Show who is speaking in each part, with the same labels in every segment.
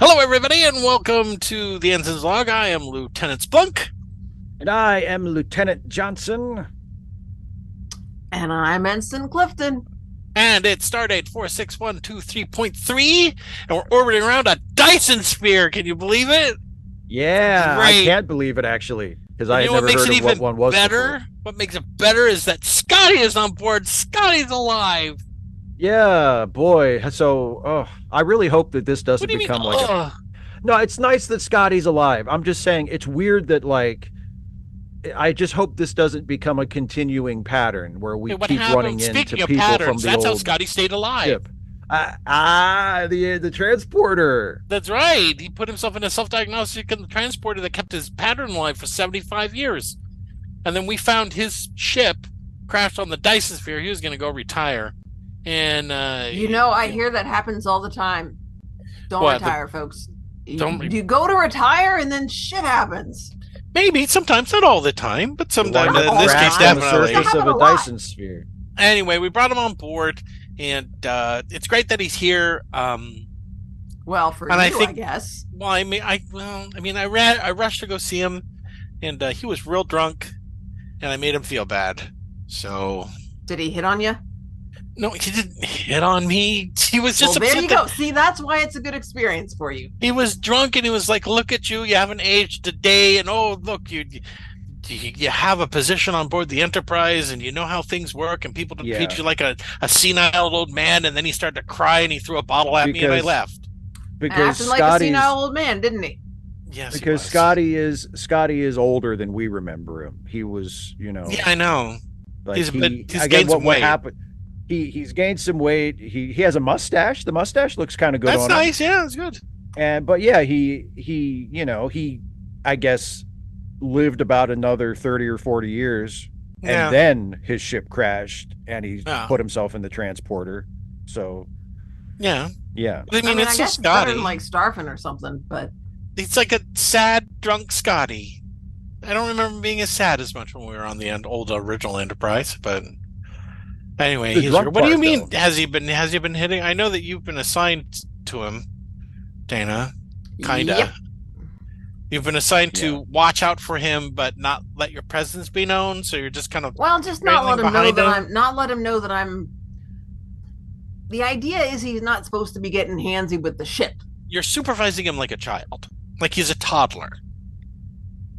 Speaker 1: Hello, everybody, and welcome to the Ensign's Log. I am Lieutenant Splunk.
Speaker 2: And I am Lieutenant Johnson.
Speaker 3: And I'm Ensign Clifton.
Speaker 1: And it's Stardate 46123.3, and we're orbiting around a Dyson sphere. Can you believe it?
Speaker 2: Yeah,
Speaker 1: Great.
Speaker 2: I can't believe it actually, because I
Speaker 1: You
Speaker 2: had
Speaker 1: know what
Speaker 2: never
Speaker 1: makes
Speaker 2: heard
Speaker 1: it
Speaker 2: of what
Speaker 1: even
Speaker 2: one was.
Speaker 1: better?
Speaker 2: before.
Speaker 1: What makes it better is that Scotty is on board. Scotty's alive.
Speaker 2: Yeah, boy. So, oh, I really hope that this doesn't
Speaker 1: What do you mean? oh?
Speaker 2: become like. A,
Speaker 1: ugh?
Speaker 2: no, it's nice that Scotty's alive. I'm just saying it's weird that like. I just hope this doesn't become a continuing pattern where we
Speaker 1: Hey, what
Speaker 2: keep running
Speaker 1: happened?
Speaker 2: into
Speaker 1: Speaking
Speaker 2: people
Speaker 1: of patterns,
Speaker 2: from the
Speaker 1: that's how
Speaker 2: old
Speaker 1: Scotty stayed alive.
Speaker 2: ship. Ah, ah, the the transporter.
Speaker 1: That's right. He put himself in a self-diagnostic in the transporter that kept his pattern alive for 75 years. And then we found his ship crashed on the Dyson sphere. He was going to go retire. And uh
Speaker 3: You know, I hear that happens all the time. Don't
Speaker 1: What, the-
Speaker 3: retire, folks. You-
Speaker 1: Don't re-
Speaker 3: you go to retire and then shit happens.
Speaker 1: maybe sometimes not all the time, but sometimes
Speaker 3: Why
Speaker 1: in
Speaker 3: not?
Speaker 1: this case
Speaker 2: on
Speaker 3: Crashed
Speaker 2: the
Speaker 1: definitely.
Speaker 2: surface of
Speaker 3: Happened
Speaker 2: a
Speaker 3: a lot.
Speaker 2: Dyson sphere.
Speaker 1: Anyway, we brought him on board and uh it's great that he's here. Um
Speaker 3: Well, for
Speaker 1: And I
Speaker 3: you, I,
Speaker 1: think-
Speaker 3: guess.
Speaker 1: well, I mean I well, I mean I ran I rushed to go see him and uh, he was real drunk and I made him feel bad. So
Speaker 3: Did he hit on you?
Speaker 1: No, he didn't hit on me. He was
Speaker 3: Well,
Speaker 1: just
Speaker 3: there
Speaker 1: upset
Speaker 3: you
Speaker 1: that
Speaker 3: go. See, that's why it's a good experience for you.
Speaker 1: he was drunk and he was like, "Look at you! You haven't aged a day, and oh look, you you, you have a position on board the Enterprise, and you know how things work, and people don't
Speaker 2: Yeah.
Speaker 1: treat you like a, a senile old man." And then he started to cry and he threw a bottle at me, and I
Speaker 2: Because-
Speaker 1: left.
Speaker 3: And acted
Speaker 2: Because
Speaker 3: like a
Speaker 2: Scotty's
Speaker 3: senile old man, didn't he?
Speaker 1: Yes, he
Speaker 2: because
Speaker 1: was.
Speaker 2: Scotty is Scotty is older than we remember him. He was, you know,
Speaker 1: Yeah, I know.
Speaker 2: like
Speaker 1: he's a
Speaker 2: he,
Speaker 1: bit- he's
Speaker 2: again,
Speaker 1: gained
Speaker 2: what,
Speaker 1: some
Speaker 2: what
Speaker 1: weight.
Speaker 2: happened? He he's gained some weight. He he has a mustache. The mustache looks kind of good
Speaker 1: That's
Speaker 2: on him.
Speaker 1: nice. Yeah, that's good.
Speaker 2: And but yeah, he he you know he I guess lived about another thirty or forty years,
Speaker 1: yeah.
Speaker 2: and then his ship crashed, and he
Speaker 1: Yeah.
Speaker 2: put himself in the transporter. So
Speaker 1: yeah.
Speaker 2: yeah,
Speaker 1: I mean, it's
Speaker 3: I
Speaker 1: just
Speaker 3: guess it's better
Speaker 1: Scotty.
Speaker 3: than like starving or something, but
Speaker 1: It's like a sad, drunk Scotty. I don't remember being as sad as much when we were on the end, old original Enterprise, but anyway,
Speaker 2: The
Speaker 1: he's
Speaker 2: drunk
Speaker 1: here. What do you
Speaker 2: part,
Speaker 1: mean? Has he been? Has he been hitting? I know that you've been assigned to him, Dana. Kinda.
Speaker 3: Yep.
Speaker 1: You've been assigned to
Speaker 2: Yeah.
Speaker 1: watch out for him, but not let your presence be known. So you're just kind of
Speaker 3: Well, just not let
Speaker 1: Trailing
Speaker 3: him know
Speaker 1: behind
Speaker 3: that
Speaker 1: him.
Speaker 3: I'm not let him know that I'm. The idea is he's not supposed to be getting handsy with the ship.
Speaker 1: you're supervising him like a child, like he's a toddler.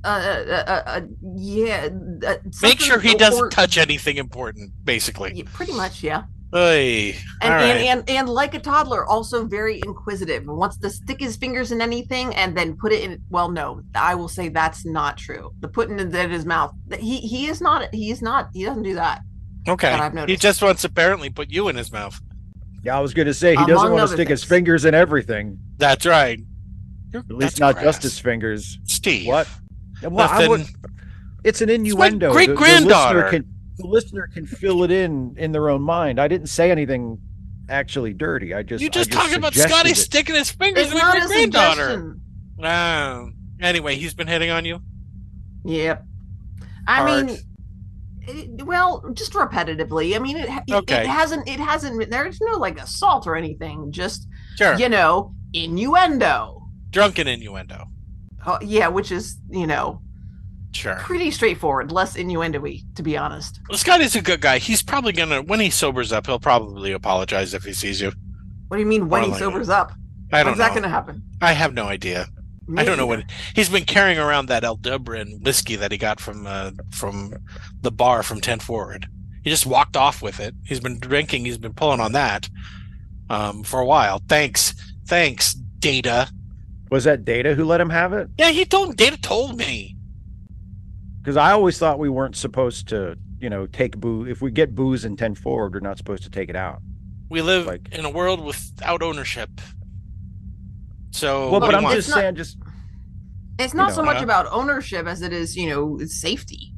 Speaker 3: Uh, uh, uh, uh yeah. Uh,
Speaker 1: Make sure he
Speaker 3: something-
Speaker 1: doesn't
Speaker 3: or-
Speaker 1: touch anything important, basically.
Speaker 3: Yeah, pretty much, yeah.
Speaker 1: Oy. All
Speaker 3: And,
Speaker 1: right.
Speaker 3: and and and like a toddler, also very inquisitive. Wants to stick his fingers in anything and then put it in. Well, no, I will say that's not true. The putting it in his mouth. He he is not. He's not. He doesn't do that. that
Speaker 1: Okay.
Speaker 3: I've
Speaker 1: He
Speaker 3: noticed.
Speaker 1: just wants to apparently put you in his mouth.
Speaker 2: yeah. I was gonna say he
Speaker 3: Among
Speaker 2: doesn't want to
Speaker 3: other
Speaker 2: stick his
Speaker 3: things.
Speaker 2: fingers in everything.
Speaker 1: That's right. You're,
Speaker 2: At least
Speaker 1: that's
Speaker 2: not
Speaker 1: grass.
Speaker 2: just his fingers.
Speaker 1: Steve.
Speaker 2: What? Well, I
Speaker 1: Nothing.
Speaker 2: would- it's an innuendo. The- the listener
Speaker 1: great-granddaughter.
Speaker 2: can- The listener can fill it in in their own mind. I didn't say anything actually dirty. I just
Speaker 1: you just,
Speaker 2: I just
Speaker 1: talking about
Speaker 2: suggested
Speaker 1: Scotty
Speaker 2: it.
Speaker 1: sticking his fingers
Speaker 3: It's
Speaker 1: in my
Speaker 3: not
Speaker 1: great
Speaker 3: a
Speaker 1: granddaughter.
Speaker 3: suggestion.
Speaker 1: Wow. Anyway, he's been hitting on you.
Speaker 3: Yep. I
Speaker 1: Hard.
Speaker 3: mean, it, well, just repetitively. I mean, it, it,
Speaker 1: Okay.
Speaker 3: it hasn't. It hasn't. been- There's no like assault or anything. Just
Speaker 1: Sure.
Speaker 3: you know, innuendo.
Speaker 1: Drunken innuendo.
Speaker 3: Uh, yeah, which is you know
Speaker 1: Sure.
Speaker 3: pretty straightforward, less innuendo-y, to be honest.
Speaker 1: Well, Scotty's a good guy. He's probably gonna when he sobers up, he'll probably apologize if he sees you.
Speaker 3: What do you mean when
Speaker 1: Or
Speaker 3: he
Speaker 1: like-
Speaker 3: sobers up?
Speaker 1: I don't
Speaker 3: When's that
Speaker 1: know.
Speaker 3: going to happen?
Speaker 1: I have no idea. I don't know
Speaker 3: Maybe.
Speaker 1: what he's been carrying around that Aldebran whiskey that he got from uh, from the bar from Ten Forward. He just walked off with it. He's been drinking. He's been pulling on that um, for a while. Thanks, thanks, Data.
Speaker 2: Was that Data who let him have it?
Speaker 1: Yeah, he told Data told me.
Speaker 2: Because I always thought we weren't supposed to, you know, take boo. If we get booze in ten forward, we're not supposed to take it out.
Speaker 1: We live
Speaker 2: Like-
Speaker 1: in a world without ownership. So
Speaker 2: Well,
Speaker 1: what
Speaker 2: but
Speaker 1: do
Speaker 2: I'm
Speaker 1: you want?
Speaker 2: just
Speaker 3: It's not-
Speaker 2: saying, just
Speaker 3: It's
Speaker 2: you
Speaker 3: not
Speaker 2: know,
Speaker 3: so much
Speaker 1: uh,
Speaker 3: about ownership as it is, you know, it's safety.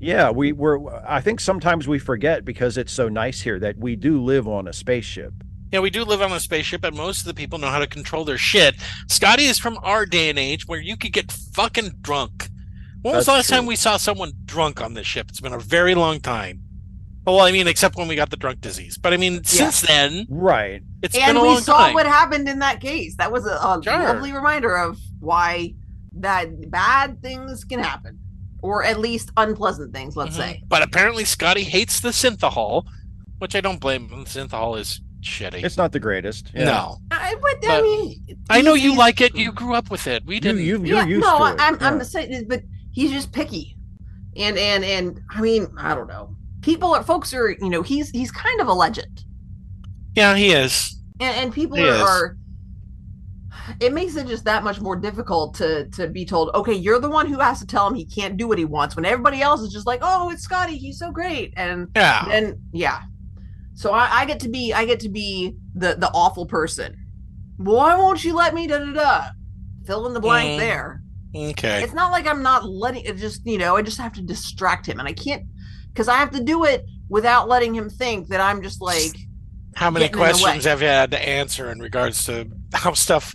Speaker 2: yeah, we we're. I think sometimes we forget because it's so nice here that we do live on a spaceship.
Speaker 1: Yeah, we do live on a spaceship, and most of the people know how to control their shit. Scotty is from our day and age where you could get fucking drunk. When was the last
Speaker 2: That's
Speaker 1: time
Speaker 2: true.
Speaker 1: we saw someone drunk on this ship? It's been a very long time. Oh, well, I mean, except when we got the drunk disease. But I mean, since then,
Speaker 2: Right.
Speaker 1: it's been
Speaker 3: and
Speaker 1: a
Speaker 3: we
Speaker 1: long
Speaker 3: saw
Speaker 1: time.
Speaker 3: what happened in that case. That was a, a
Speaker 1: Sure.
Speaker 3: lovely reminder of why that bad things can happen, or at least unpleasant things. Let's
Speaker 1: Mhm.
Speaker 3: say.
Speaker 1: But apparently, Scotty hates the synthahol, which I don't blame him. Synthahol is shitty.
Speaker 2: It's not the greatest. Yeah.
Speaker 1: No,
Speaker 3: I, but, I
Speaker 1: But-
Speaker 3: mean,
Speaker 1: I know
Speaker 3: he's-
Speaker 1: you
Speaker 3: he's-
Speaker 1: like it. You grew up with it. We
Speaker 2: You,
Speaker 1: didn't.
Speaker 2: you, you're used
Speaker 3: no,
Speaker 2: to it.
Speaker 3: I'm I'm
Speaker 2: Yeah.
Speaker 3: saying, this, but he's just picky, and and and I mean, I don't know. People are folks are you know he's he's kind of a legend,
Speaker 1: yeah, he is.
Speaker 3: and, and people
Speaker 1: He
Speaker 3: are,
Speaker 1: is.
Speaker 3: are. It makes it just that much more difficult to to be told, okay, you're the one who has to tell him he can't do what he wants, when everybody else is just like, oh, it's Scotty, he's so great, and
Speaker 1: Yeah.
Speaker 3: then yeah. So I, I get to be I get to be the the awful person. Why won't you let me da da da? Fill in the blank
Speaker 2: Eh.
Speaker 1: Mm.
Speaker 3: there.
Speaker 1: Okay.
Speaker 3: it's not like I'm not letting it just, you know, I just have to distract him and I can't because I have to do it without letting him think that I'm just like,
Speaker 1: How many
Speaker 3: getting in the way.
Speaker 1: questions have you had to answer in regards to how stuff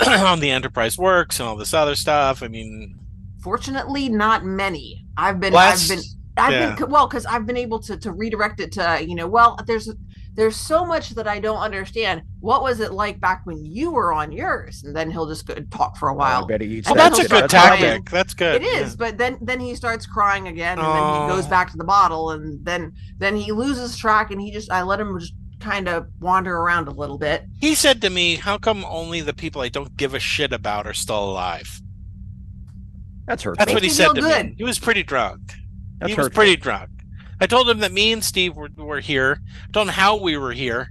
Speaker 1: on the Enterprise works and all this other stuff? I mean,
Speaker 3: fortunately, not many. I've been,
Speaker 1: last.
Speaker 3: I've been, I've
Speaker 1: yeah.
Speaker 3: been, well, because I've been able to, to redirect it to, you know, well, there's, there's so much that I don't understand. What was it like back when you were on yours? And then he'll just go talk for a
Speaker 2: I
Speaker 3: while.
Speaker 2: bet he eats
Speaker 1: Well,
Speaker 3: Well,
Speaker 2: that
Speaker 1: that's a
Speaker 2: shit.
Speaker 1: good
Speaker 3: that's what I am.
Speaker 1: tactic. That's good.
Speaker 3: It is, but then then he starts crying again, and then he goes
Speaker 1: Oh.
Speaker 3: back to the bottle, and then then he loses track, and he just I let him just kind of wander around a little bit.
Speaker 1: He said to me, "How come only the people I don't give a shit about are still alive?"
Speaker 2: That's hurtful.
Speaker 1: That's what he
Speaker 3: you
Speaker 1: said
Speaker 3: feel
Speaker 1: to
Speaker 3: good.
Speaker 1: me. He was pretty drunk.
Speaker 2: That's
Speaker 1: he was
Speaker 2: hurtful.
Speaker 1: pretty drunk. I told him that me and Steve were, were here. I told him how we were here.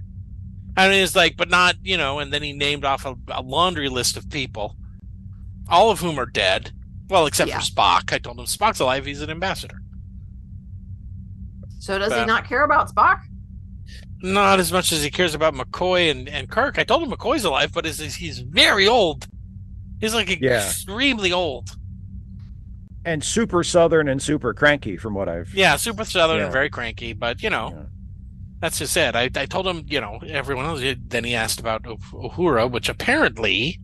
Speaker 1: And he's like, but not, you know, and then he named off a, a laundry list of people, all of whom are dead. Well, except
Speaker 3: Yeah.
Speaker 1: for Spock. I told him Spock's alive. He's an ambassador.
Speaker 3: So does he
Speaker 1: But-
Speaker 3: not care about Spock?
Speaker 1: Not as much as he cares about McCoy and, and Kirk. I told him McCoy's alive, but he's, he's very old. He's like
Speaker 2: Yeah.
Speaker 1: extremely old.
Speaker 2: And super southern and super cranky, from what I've.
Speaker 1: Yeah, super southern
Speaker 2: Yeah.
Speaker 1: and very cranky, but you know,
Speaker 2: Yeah.
Speaker 1: that's just it. I, I told him, you know, everyone else. Then he asked about Oh- Uhura, which apparently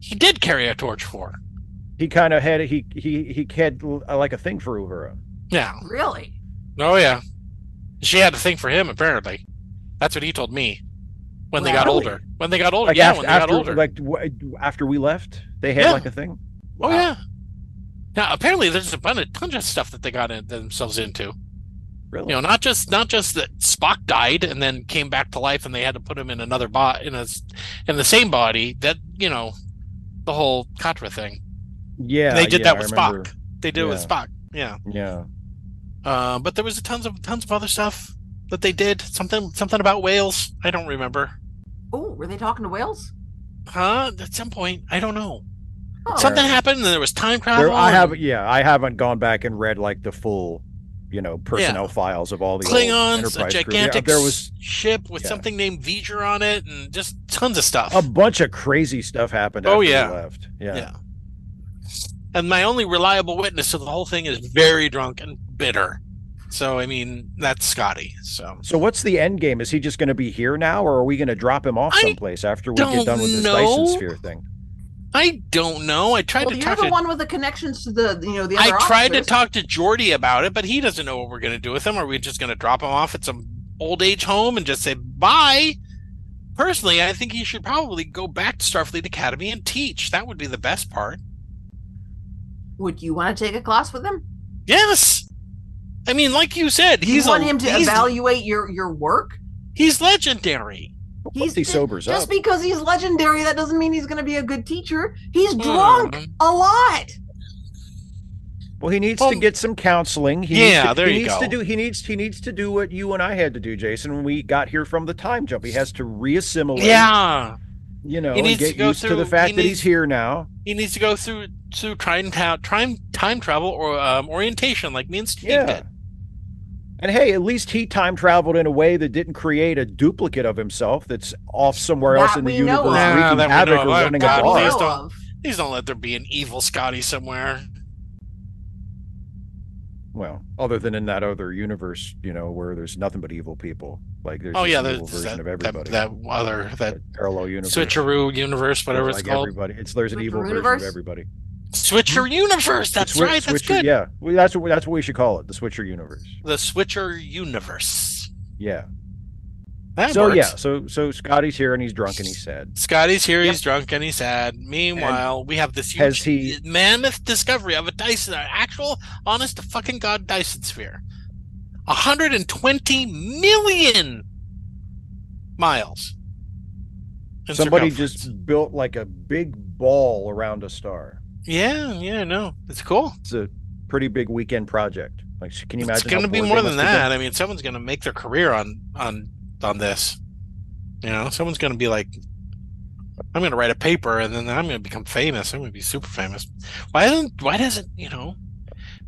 Speaker 1: he did carry a torch for.
Speaker 2: He kind of had he he he had uh, like a thing for Uhura.
Speaker 1: Yeah.
Speaker 3: Really?
Speaker 1: Oh yeah. She had a thing for him. Apparently, that's what he told me when they got
Speaker 2: Really?
Speaker 1: older. When they got older,
Speaker 2: Like
Speaker 1: Oh, yeah,
Speaker 2: after,
Speaker 1: when they got
Speaker 2: after-
Speaker 1: older.
Speaker 2: like w- after we left, they had
Speaker 1: Yeah.
Speaker 2: like a thing.
Speaker 1: oh
Speaker 2: Wow.
Speaker 1: yeah. Now apparently there's a bunch of, bunch of stuff that they got in, themselves into.
Speaker 2: Really?
Speaker 1: You know, not just not just that Spock died and then came back to life, and they had to put him in another bot in a s- in the same body. That you know, the whole Contra thing.
Speaker 2: yeah.
Speaker 1: they did
Speaker 2: yeah,
Speaker 1: that
Speaker 2: I
Speaker 1: with
Speaker 2: remember.
Speaker 1: Spock. They did it with
Speaker 2: Yeah.
Speaker 1: Spock. Yeah.
Speaker 2: Yeah.
Speaker 1: Uh, but there was a tons of tons of other stuff that they did. Something something about whales. I don't remember.
Speaker 3: Oh, were they talking to whales?
Speaker 1: Huh? At some point, I don't know.
Speaker 3: Oh,
Speaker 1: Something happened, and there was time travel.
Speaker 2: There, I
Speaker 1: and
Speaker 2: have yeah, I haven't gone back and read like the full, you know, personnel files of all the old
Speaker 1: Klingons, a
Speaker 2: Enterprise crew. Yeah,
Speaker 1: gigantic
Speaker 2: there was
Speaker 1: ship with
Speaker 2: yeah.
Speaker 1: something named V'ger on it, and just tons of stuff.
Speaker 2: a bunch of crazy stuff happened.
Speaker 1: Oh,
Speaker 2: after we
Speaker 1: yeah.
Speaker 2: left. Yeah.
Speaker 1: Yeah. And my only reliable witness to the whole thing is very drunk and bitter. So I mean, that's Scotty. So
Speaker 2: So what's the end game? Is he just going to be here now, or are we going to drop him off
Speaker 1: I
Speaker 2: someplace after we
Speaker 1: don't
Speaker 2: get done with this Dyson
Speaker 1: know.
Speaker 2: sphere thing?
Speaker 1: I don't know. I tried
Speaker 3: Well,
Speaker 1: to
Speaker 3: you're
Speaker 1: talk
Speaker 3: the
Speaker 1: to
Speaker 3: one with the connections to the you know the
Speaker 1: I
Speaker 3: other.
Speaker 1: tried to
Speaker 3: officers.
Speaker 1: talk to Jordy about it, but he doesn't know what we're going to do with him. Are we just going to drop him off at some old age home and just say bye? Personally, I think he should probably go back to Starfleet Academy and teach. That would be the best part.
Speaker 3: Would you want to take a class with him?
Speaker 1: Yes. I mean, like you said,
Speaker 3: Do you
Speaker 1: he's
Speaker 3: want
Speaker 1: a-
Speaker 3: him to
Speaker 1: he's,
Speaker 3: evaluate your your work?
Speaker 1: he's legendary.
Speaker 3: He's
Speaker 2: Once he
Speaker 3: ju-
Speaker 2: sobers
Speaker 3: Just
Speaker 2: up.
Speaker 3: because he's legendary, that doesn't mean he's going to be a good teacher. He's
Speaker 1: Hmm.
Speaker 3: drunk a lot.
Speaker 2: well, he needs
Speaker 1: Well,
Speaker 2: to get some counseling. He
Speaker 1: yeah,
Speaker 2: needs to,
Speaker 1: there
Speaker 2: he
Speaker 1: you
Speaker 2: needs to
Speaker 1: go.
Speaker 2: do. He needs he needs to do what you and I had to do, Jason. When we got here from the time jump, he has to reassimilate.
Speaker 1: Yeah.
Speaker 2: you know,
Speaker 1: He
Speaker 2: and
Speaker 1: needs to
Speaker 2: get
Speaker 1: go
Speaker 2: used to
Speaker 1: through-
Speaker 2: the fact
Speaker 1: he
Speaker 2: that
Speaker 1: needs-
Speaker 2: he's here now.
Speaker 1: he needs to go through through time ta- time time travel or um, orientation like me and Steve
Speaker 2: Yeah.
Speaker 1: did.
Speaker 2: And hey, at least he time traveled in a way that didn't create a duplicate of himself that's off somewhere else
Speaker 3: That
Speaker 2: in the
Speaker 3: we know
Speaker 2: universe
Speaker 3: of.
Speaker 1: Nah,
Speaker 2: wreaking
Speaker 1: that we
Speaker 2: havoc
Speaker 1: know
Speaker 2: or
Speaker 1: of. Oh,
Speaker 2: running a
Speaker 1: God,
Speaker 3: That we
Speaker 2: bar.
Speaker 1: please.
Speaker 3: know
Speaker 1: don't-
Speaker 3: of.
Speaker 1: Please don't let there be an evil Scotty somewhere.
Speaker 2: Well, other than in that other universe, you know, where there's nothing but evil people. Like there's
Speaker 1: oh
Speaker 2: this
Speaker 1: yeah,
Speaker 2: evil
Speaker 1: there's
Speaker 2: version
Speaker 1: that,
Speaker 2: of
Speaker 1: that,
Speaker 2: everybody.
Speaker 1: that other that
Speaker 2: That parallel universe.
Speaker 1: switcheroo universe,
Speaker 2: where,
Speaker 1: whatever it's
Speaker 2: like
Speaker 1: called.
Speaker 2: everybody. It's there's an
Speaker 3: Switcher
Speaker 2: evil version
Speaker 3: universe?
Speaker 2: of everybody.
Speaker 1: Switcher universe. That's
Speaker 2: Hmm? Swi-
Speaker 1: right. That's
Speaker 2: Switcher-
Speaker 1: good.
Speaker 2: Yeah, well, that's what that's what we should call it. The Switcher universe.
Speaker 1: The Switcher universe.
Speaker 2: Yeah.
Speaker 1: That
Speaker 2: so
Speaker 1: works.
Speaker 2: yeah. So so Scotty's here and he's drunk and he's sad.
Speaker 1: Scotty's here.
Speaker 3: Yep.
Speaker 1: He's drunk and he's sad. Meanwhile, we have this
Speaker 2: has
Speaker 1: huge
Speaker 2: he-
Speaker 1: mammoth discovery of a Dyson, an actual, honest to fucking god Dyson sphere, 120 million miles. in
Speaker 2: Somebody
Speaker 1: circumference.
Speaker 2: just built like a big ball around a star.
Speaker 1: Yeah, yeah, no, it's cool.
Speaker 2: It's a pretty big weekend project. Like, can you imagine?
Speaker 1: It's going to
Speaker 2: how
Speaker 1: be
Speaker 2: bored
Speaker 1: more
Speaker 2: they
Speaker 1: than
Speaker 2: must have
Speaker 1: that. I mean, someone's going to make their career on on on this. You know, someone's going to be like, I'm going to write a paper, and then I'm going to become famous. I'm going to be super famous. Why doesn't Why doesn't you know?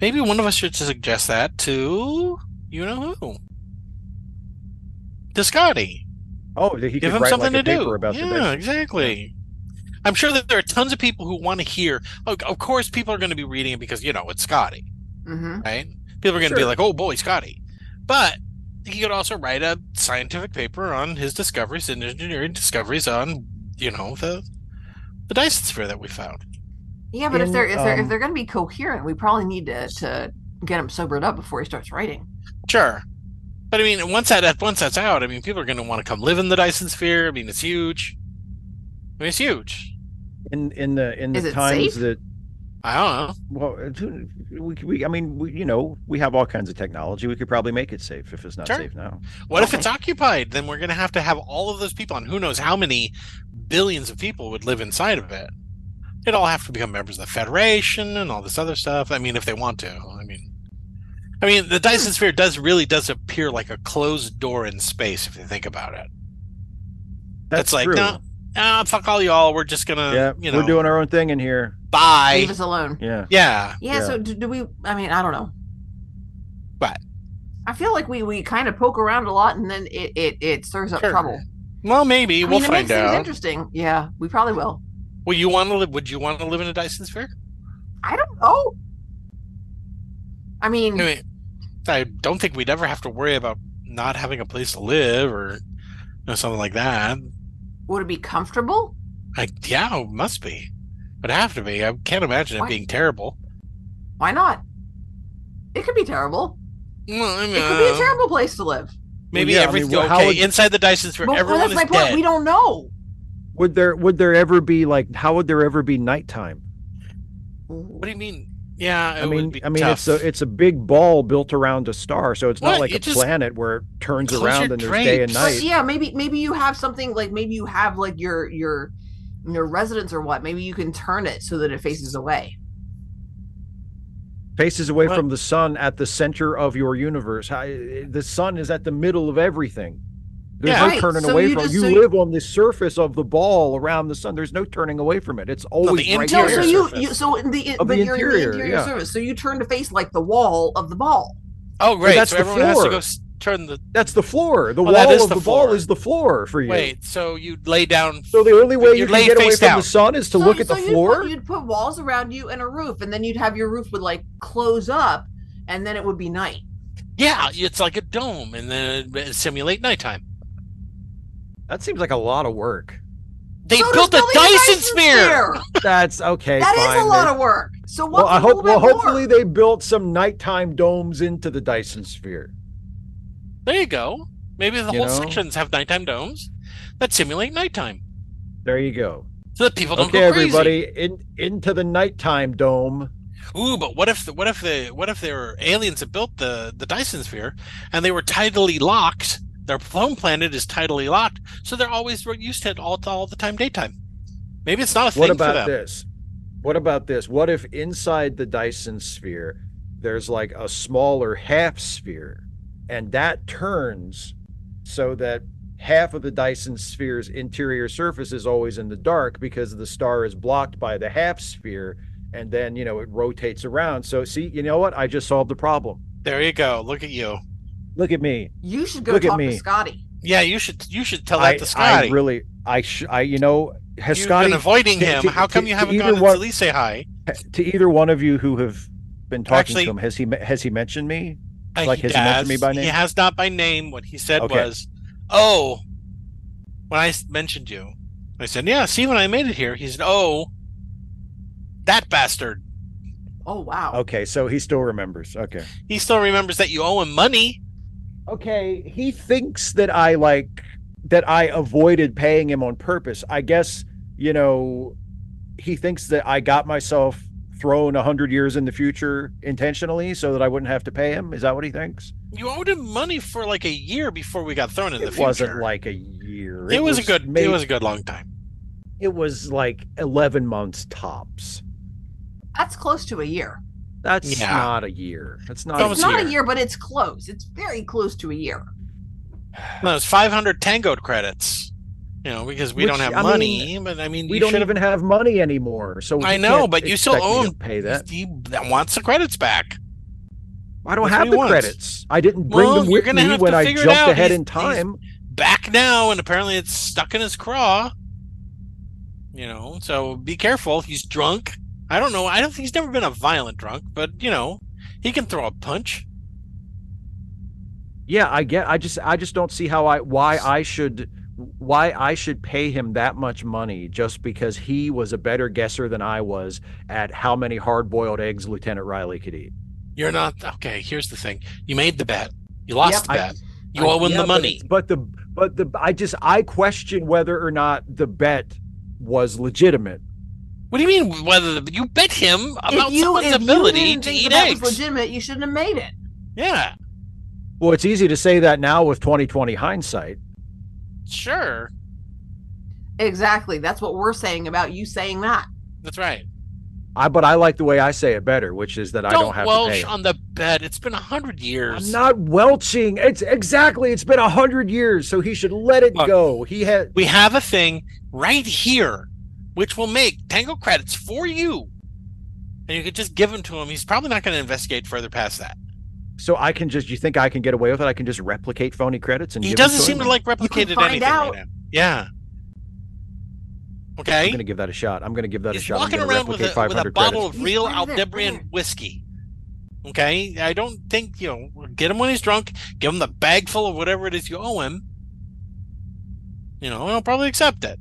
Speaker 1: Maybe one of us should suggest that to you know who, Descotti.
Speaker 2: been. Oh, he could
Speaker 1: Give him
Speaker 2: write
Speaker 1: something
Speaker 2: like a
Speaker 1: to
Speaker 2: paper
Speaker 1: do.
Speaker 2: about the
Speaker 1: yeah,
Speaker 2: best-
Speaker 1: exactly. I'm sure that there are tons of people who want to hear. Oh, of course, people are going to be reading it because you know it's Scotty
Speaker 3: Mm-hmm.
Speaker 1: right? People are going to be
Speaker 2: Sure.
Speaker 1: like, "Oh boy, Scotty," but he could also write a scientific paper on his discoveries and engineering discoveries on, you know, the the Dyson sphere that we found.
Speaker 3: Yeah, but if
Speaker 2: In,
Speaker 3: they're if they're
Speaker 2: um,
Speaker 3: if they're going to be coherent, we probably need to to get him sobered up before he starts writing.
Speaker 1: Sure, but I mean, once that once that's out, I mean, people are going to want to come live in the Dyson sphere. I mean, it's huge. I mean, it's huge.
Speaker 2: in in the in
Speaker 3: Is
Speaker 2: the
Speaker 3: it
Speaker 2: times
Speaker 3: safe?
Speaker 2: that
Speaker 1: I don't know.
Speaker 2: well, it- we, we I mean we you know we have all kinds of technology. We could probably make it safe if it's not
Speaker 1: Sure.
Speaker 2: safe now.
Speaker 1: What if it's occupied? Then we're going to have to have all of those people, and who knows how many billions of people would live inside of it. They'd all have to become members of the Federation and all this other stuff. I mean, if they want to. I mean, I mean, the Dyson Sphere does really does appear like a closed door in space if you think about it.
Speaker 2: That's
Speaker 1: it's like,
Speaker 2: true.
Speaker 1: no, no, fuck all y'all. We're just gonna,
Speaker 2: yeah,
Speaker 1: you
Speaker 2: we're
Speaker 1: know,
Speaker 2: doing our own thing in here.
Speaker 1: bye.
Speaker 3: Leave us alone.
Speaker 2: Yeah.
Speaker 1: Yeah,
Speaker 3: Yeah,
Speaker 2: Yeah.
Speaker 3: So do, do we? I mean, I don't know.
Speaker 1: What?
Speaker 3: I feel like we we kind of poke around a lot, and then it it, it stirs up
Speaker 1: Sure.
Speaker 3: trouble.
Speaker 1: well, maybe
Speaker 3: I
Speaker 1: we'll
Speaker 3: mean, it
Speaker 1: find
Speaker 3: makes things
Speaker 1: out.
Speaker 3: interesting. Yeah, we probably will.
Speaker 1: Will you want to live? Would you want to live in a Dyson Sphere?
Speaker 3: I don't know. I
Speaker 1: I
Speaker 3: mean,
Speaker 1: mean, I don't think we'd ever have to worry about not having a place to live or you know, something like that.
Speaker 3: would it be comfortable?
Speaker 1: I yeah, it must be. Would have to be. I can't imagine it
Speaker 3: Why-
Speaker 1: being terrible.
Speaker 3: Why not? It could be terrible.
Speaker 1: Well, I
Speaker 3: It could be a
Speaker 1: mean, uh,
Speaker 3: terrible place to live.
Speaker 1: Maybe
Speaker 2: Well, yeah, I mean,
Speaker 1: everything.
Speaker 2: well, how
Speaker 1: okay,
Speaker 2: would-
Speaker 1: inside the Dyson Sphere,
Speaker 3: But well,
Speaker 1: everyone
Speaker 3: that's
Speaker 1: is
Speaker 3: my point.
Speaker 1: dead.
Speaker 3: We don't know.
Speaker 2: Would there would there ever be like how would there ever be nighttime?
Speaker 1: What do you mean? Yeah, it
Speaker 2: I mean
Speaker 1: would be
Speaker 2: I mean
Speaker 1: tough.
Speaker 2: it's a it's a big ball built around a star, so it's not
Speaker 1: What?
Speaker 2: like
Speaker 1: You
Speaker 2: a
Speaker 1: just
Speaker 2: planet where it turns
Speaker 1: close
Speaker 2: around
Speaker 1: your
Speaker 2: and there's day and
Speaker 1: drapes.
Speaker 2: night.
Speaker 3: But yeah, maybe maybe you have something like maybe you have like your your your residence or what. Maybe you can turn it so that it faces away.
Speaker 2: Faces away
Speaker 1: What?
Speaker 2: from the sun at the center of your universe. How- eh, The sun is at the middle of everything. There's
Speaker 1: Yeah.
Speaker 2: no
Speaker 3: Right,
Speaker 2: turning
Speaker 3: so
Speaker 2: away
Speaker 3: you
Speaker 2: from
Speaker 3: just-
Speaker 2: you
Speaker 3: so you-
Speaker 2: live on the surface of the ball around the sun. There's no turning away from it. It's always
Speaker 1: the
Speaker 2: right
Speaker 3: No,
Speaker 1: Interior
Speaker 3: so
Speaker 2: there.
Speaker 3: you,
Speaker 1: surface.
Speaker 3: you so in the
Speaker 2: Of
Speaker 3: but
Speaker 2: the
Speaker 3: you're in
Speaker 2: interior,
Speaker 3: the interior
Speaker 2: yeah.
Speaker 3: surface. So you turn to face like the wall of the ball.
Speaker 1: oh, great.
Speaker 2: that's
Speaker 1: so
Speaker 2: the
Speaker 1: everyone has to
Speaker 2: floor.
Speaker 1: go s- turn the
Speaker 2: That's the floor. The
Speaker 1: Well, that
Speaker 2: wall
Speaker 1: is
Speaker 2: of
Speaker 1: the
Speaker 2: the, ball
Speaker 1: floor.
Speaker 2: is the floor for you.
Speaker 1: wait. So you lay down.
Speaker 2: So the only way
Speaker 1: You
Speaker 2: you
Speaker 1: lay
Speaker 2: can get away
Speaker 1: face
Speaker 2: from
Speaker 1: down.
Speaker 2: the sun is to
Speaker 3: so,
Speaker 2: look at
Speaker 3: so
Speaker 2: the
Speaker 3: you'd
Speaker 2: floor.
Speaker 3: Put, you'd put walls around you and a roof, and then you'd have your roof would like close up, and then it would be night.
Speaker 1: Yeah, it's like a dome, and then it simulate nighttime.
Speaker 2: That seems like a lot of work.
Speaker 1: They
Speaker 3: So does
Speaker 1: built a
Speaker 3: building
Speaker 1: Dyson sphere.
Speaker 2: That's okay.
Speaker 3: That is
Speaker 2: fine.
Speaker 3: a lot of work. So what?
Speaker 2: Well, I
Speaker 3: can
Speaker 2: hope.
Speaker 3: hold
Speaker 2: Well,
Speaker 3: that more?
Speaker 2: hopefully they built some nighttime domes into the Dyson sphere.
Speaker 1: There you go. Maybe the
Speaker 2: You
Speaker 1: whole
Speaker 2: know?
Speaker 1: sections have nighttime domes that simulate nighttime,
Speaker 2: There you go.
Speaker 1: so that people don't
Speaker 2: Okay,
Speaker 1: go crazy.
Speaker 2: everybody, in into the nighttime dome.
Speaker 1: Ooh, but what if the, what if the what if there were aliens that built the the Dyson sphere and they were tidally locked? Their home planet is tidally locked, so they're always we're used to it all all the time daytime. Maybe it's not a thing
Speaker 2: What
Speaker 1: for
Speaker 2: about
Speaker 1: them.
Speaker 2: this? What about this? What if inside the Dyson sphere, there's like a smaller half sphere, and that turns so that half of the Dyson sphere's interior surface is always in the dark because the star is blocked by the half sphere, and then you know it rotates around. So see, you know what? I just solved the problem.
Speaker 1: There you go. Look at you.
Speaker 2: Look at me.
Speaker 3: you should go
Speaker 2: Look at
Speaker 3: talk to
Speaker 2: me.
Speaker 3: Scotty.
Speaker 1: Yeah, you should you should tell
Speaker 2: I,
Speaker 1: that to
Speaker 2: I
Speaker 1: Scotty.
Speaker 2: really, I, sh- I, you know, has
Speaker 1: You've
Speaker 2: Scotty
Speaker 1: been avoiding
Speaker 2: to-
Speaker 1: him.
Speaker 2: to-
Speaker 1: How come
Speaker 2: to-
Speaker 1: you
Speaker 2: to
Speaker 1: haven't
Speaker 2: either
Speaker 1: gone to
Speaker 2: one-
Speaker 1: at least say hi?
Speaker 2: to either one of you who have been talking
Speaker 1: Actually-
Speaker 2: to him, has he me- has he mentioned me?
Speaker 1: Uh,
Speaker 2: Like,
Speaker 1: he
Speaker 2: has he mentioned me
Speaker 1: does.
Speaker 2: by
Speaker 1: He
Speaker 2: name?
Speaker 1: has not by name. What he said
Speaker 2: Okay.
Speaker 1: was, "Oh, when I s- mentioned you, I said, yeah, see, when I made it here, he said, oh, That bastard.
Speaker 3: Oh wow.
Speaker 2: Okay, so he still remembers. Okay.
Speaker 1: He still remembers that you owe him money.
Speaker 2: Okay, he thinks that I like that I avoided paying him on purpose. I guess, you know, he thinks that I got myself thrown 100 years in the future intentionally so that I wouldn't have to pay him. Is that what he thinks?
Speaker 1: You owed him money for like a year before we got thrown in the
Speaker 2: It
Speaker 1: future.
Speaker 2: wasn't like a year.
Speaker 1: it, was, a good.
Speaker 2: may-
Speaker 1: It was a good long time.
Speaker 2: it was like 11 months tops.
Speaker 3: That's close to a year.
Speaker 2: That's
Speaker 1: Yeah.
Speaker 2: not a year. That's not
Speaker 1: That
Speaker 2: a
Speaker 1: was
Speaker 3: It's not
Speaker 1: here.
Speaker 3: a year, but it's close. It's very close to a year.
Speaker 1: No, it's 500 tango credits. You know, because we
Speaker 2: Which,
Speaker 1: don't have
Speaker 2: I
Speaker 1: money. but I mean,
Speaker 2: we
Speaker 1: you
Speaker 2: don't
Speaker 1: should've-
Speaker 2: even have money anymore. So
Speaker 1: I
Speaker 2: you
Speaker 1: know,
Speaker 2: can't
Speaker 1: but you still
Speaker 2: expect me to
Speaker 1: own-
Speaker 2: pay that.
Speaker 1: He wants the credits back.
Speaker 2: I don't
Speaker 1: That's what
Speaker 2: have
Speaker 1: he
Speaker 2: the
Speaker 1: wants.
Speaker 2: credits. I didn't bring
Speaker 1: Well,
Speaker 2: them
Speaker 1: you're
Speaker 2: with
Speaker 1: gonna
Speaker 2: me
Speaker 1: have to
Speaker 2: when I
Speaker 1: figure it
Speaker 2: jumped
Speaker 1: out.
Speaker 2: ahead
Speaker 1: He's-
Speaker 2: in time.
Speaker 1: Back now, and apparently it's stuck in his craw. You know, so be careful. He's drunk. I don't know. I don't think he's never been a violent drunk, but you know, he can throw a punch.
Speaker 2: Yeah, I get. I just, I just don't see how I, why I should, why I should pay him that much money just because he was a better guesser than I was at how many hard-boiled eggs Lieutenant Riley could eat.
Speaker 1: You're not okay. Here's the thing: you made the bet. You lost
Speaker 3: Yep.
Speaker 1: the
Speaker 2: I-
Speaker 1: bet. you
Speaker 2: I-
Speaker 1: owe him
Speaker 2: yeah,
Speaker 1: the
Speaker 2: but
Speaker 1: money.
Speaker 2: it's- But, the, but the, I just, I question whether or not the bet was legitimate.
Speaker 1: What do you mean? Whether the, you bet him about someone's
Speaker 3: if
Speaker 1: ability
Speaker 3: didn't
Speaker 1: to
Speaker 3: think
Speaker 1: eat
Speaker 3: that
Speaker 1: eggs?
Speaker 3: was legitimate, you shouldn't have made it.
Speaker 1: yeah,
Speaker 2: Well, it's easy to say that now with 2020 hindsight.
Speaker 1: sure.
Speaker 3: Exactly. That's what we're saying about you saying that.
Speaker 1: That's right.
Speaker 2: I, but I like the way I say it better, which is that I don't have to
Speaker 1: welch
Speaker 2: pay. him.
Speaker 1: on the bed. It's been a hundred years.
Speaker 2: I'm not welching. It's exactly. It's been a hundred years, so he should let it
Speaker 1: Look.
Speaker 2: go. He had.
Speaker 1: we have a thing right here, which will make Tango credits for you. And you could just give them to him. He's probably not going to investigate further past that.
Speaker 2: So I can just. You think I can get away with it? I can just replicate phony credits and.
Speaker 1: He
Speaker 2: give it
Speaker 1: doesn't
Speaker 2: to
Speaker 1: seem
Speaker 2: him?
Speaker 1: to like replicated
Speaker 3: find
Speaker 1: anything
Speaker 3: out.
Speaker 1: right now. Yeah.
Speaker 2: I'm
Speaker 1: Okay.
Speaker 2: gonna give that a shot. I'm gonna give that a
Speaker 1: He's
Speaker 2: shot.
Speaker 1: walking
Speaker 2: I'm gonna
Speaker 1: around with
Speaker 2: replicate
Speaker 1: a, with a
Speaker 2: 500
Speaker 1: bottle
Speaker 2: credits.
Speaker 1: of real
Speaker 3: He's right there,
Speaker 1: Aldebaran
Speaker 3: right there.
Speaker 1: whiskey. Okay. I don't think, you know, get him when he's drunk, give him the bag full of whatever it is you owe him. You know, and he'll probably accept it.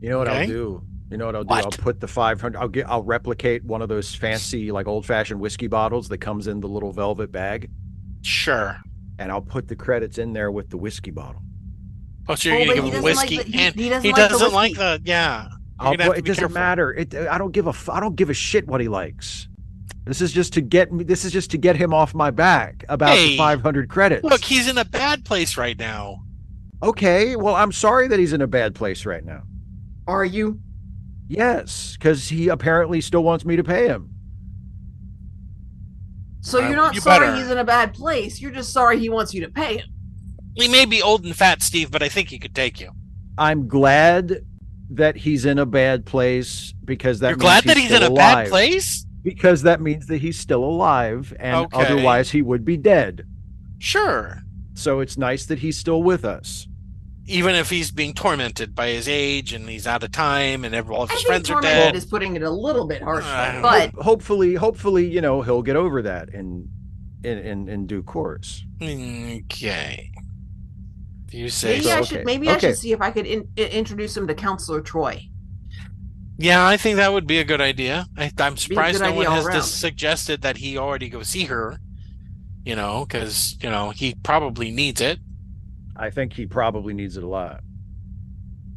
Speaker 2: You know what
Speaker 1: Okay.
Speaker 2: I'll do? You know what I'll do? I'll
Speaker 1: What?
Speaker 2: put the 500. I'll get. I'll replicate one of those fancy, like old-fashioned whiskey bottles that comes in the little velvet bag,
Speaker 1: Sure.
Speaker 2: and I'll put the credits in there with the whiskey bottle.
Speaker 1: Oh, so you're
Speaker 3: Oh, but
Speaker 1: going
Speaker 3: he
Speaker 1: to give him
Speaker 3: doesn't
Speaker 1: whiskey
Speaker 3: like the,
Speaker 1: and
Speaker 3: he, he doesn't,
Speaker 1: he
Speaker 3: like,
Speaker 1: doesn't
Speaker 3: the
Speaker 1: like
Speaker 3: whiskey.
Speaker 1: the yeah.
Speaker 2: I'll
Speaker 1: gonna have
Speaker 2: put-
Speaker 1: to
Speaker 2: it
Speaker 1: be
Speaker 2: doesn't
Speaker 1: careful.
Speaker 2: matter. It. I don't give a. F- I don't give a shit what he likes. This is just to get me. This is just to get him off my back about
Speaker 1: Hey,
Speaker 2: the 500 credits.
Speaker 1: Look, he's in a bad place right now.
Speaker 2: okay. Well, I'm sorry that he's in a bad place right now.
Speaker 3: Are you?
Speaker 2: Yes, because he apparently still wants me to pay him.
Speaker 3: So
Speaker 1: Uh,
Speaker 3: you're not
Speaker 1: you
Speaker 3: sorry
Speaker 1: better.
Speaker 3: he's in a bad place. You're just sorry he wants you to pay him.
Speaker 1: He may be old and fat, Steve, but I think he could take you.
Speaker 2: I'm glad that he's in a bad place because that
Speaker 1: You're
Speaker 2: means
Speaker 1: glad that he's in
Speaker 2: still
Speaker 1: a bad
Speaker 2: alive.
Speaker 1: place?
Speaker 2: because that means that he's still alive and
Speaker 1: Okay.
Speaker 2: otherwise he would be dead.
Speaker 1: Sure.
Speaker 2: So it's nice that he's still with us.
Speaker 1: Even if he's being tormented by his age and he's out of time and every, all of
Speaker 3: I
Speaker 1: his
Speaker 3: think
Speaker 1: friends are
Speaker 3: tormented
Speaker 1: dead.
Speaker 3: is putting it a little bit harshly,
Speaker 1: Uh,
Speaker 3: but
Speaker 2: Ho- hopefully, hopefully, you know, he'll get over that in in in, in due course.
Speaker 1: mm, Okay. If you say
Speaker 3: maybe
Speaker 1: so.
Speaker 3: I
Speaker 2: okay.
Speaker 3: should maybe I
Speaker 2: Okay.
Speaker 3: should see if I could in, i- introduce him to Counselor Troy.
Speaker 1: Yeah, I think that would be a good idea. I, I'm surprised
Speaker 3: good
Speaker 1: no one
Speaker 3: idea all
Speaker 1: has
Speaker 3: around.
Speaker 1: just suggested that he already go see her. You know, because you know he probably needs it.
Speaker 2: I think he probably needs it a lot.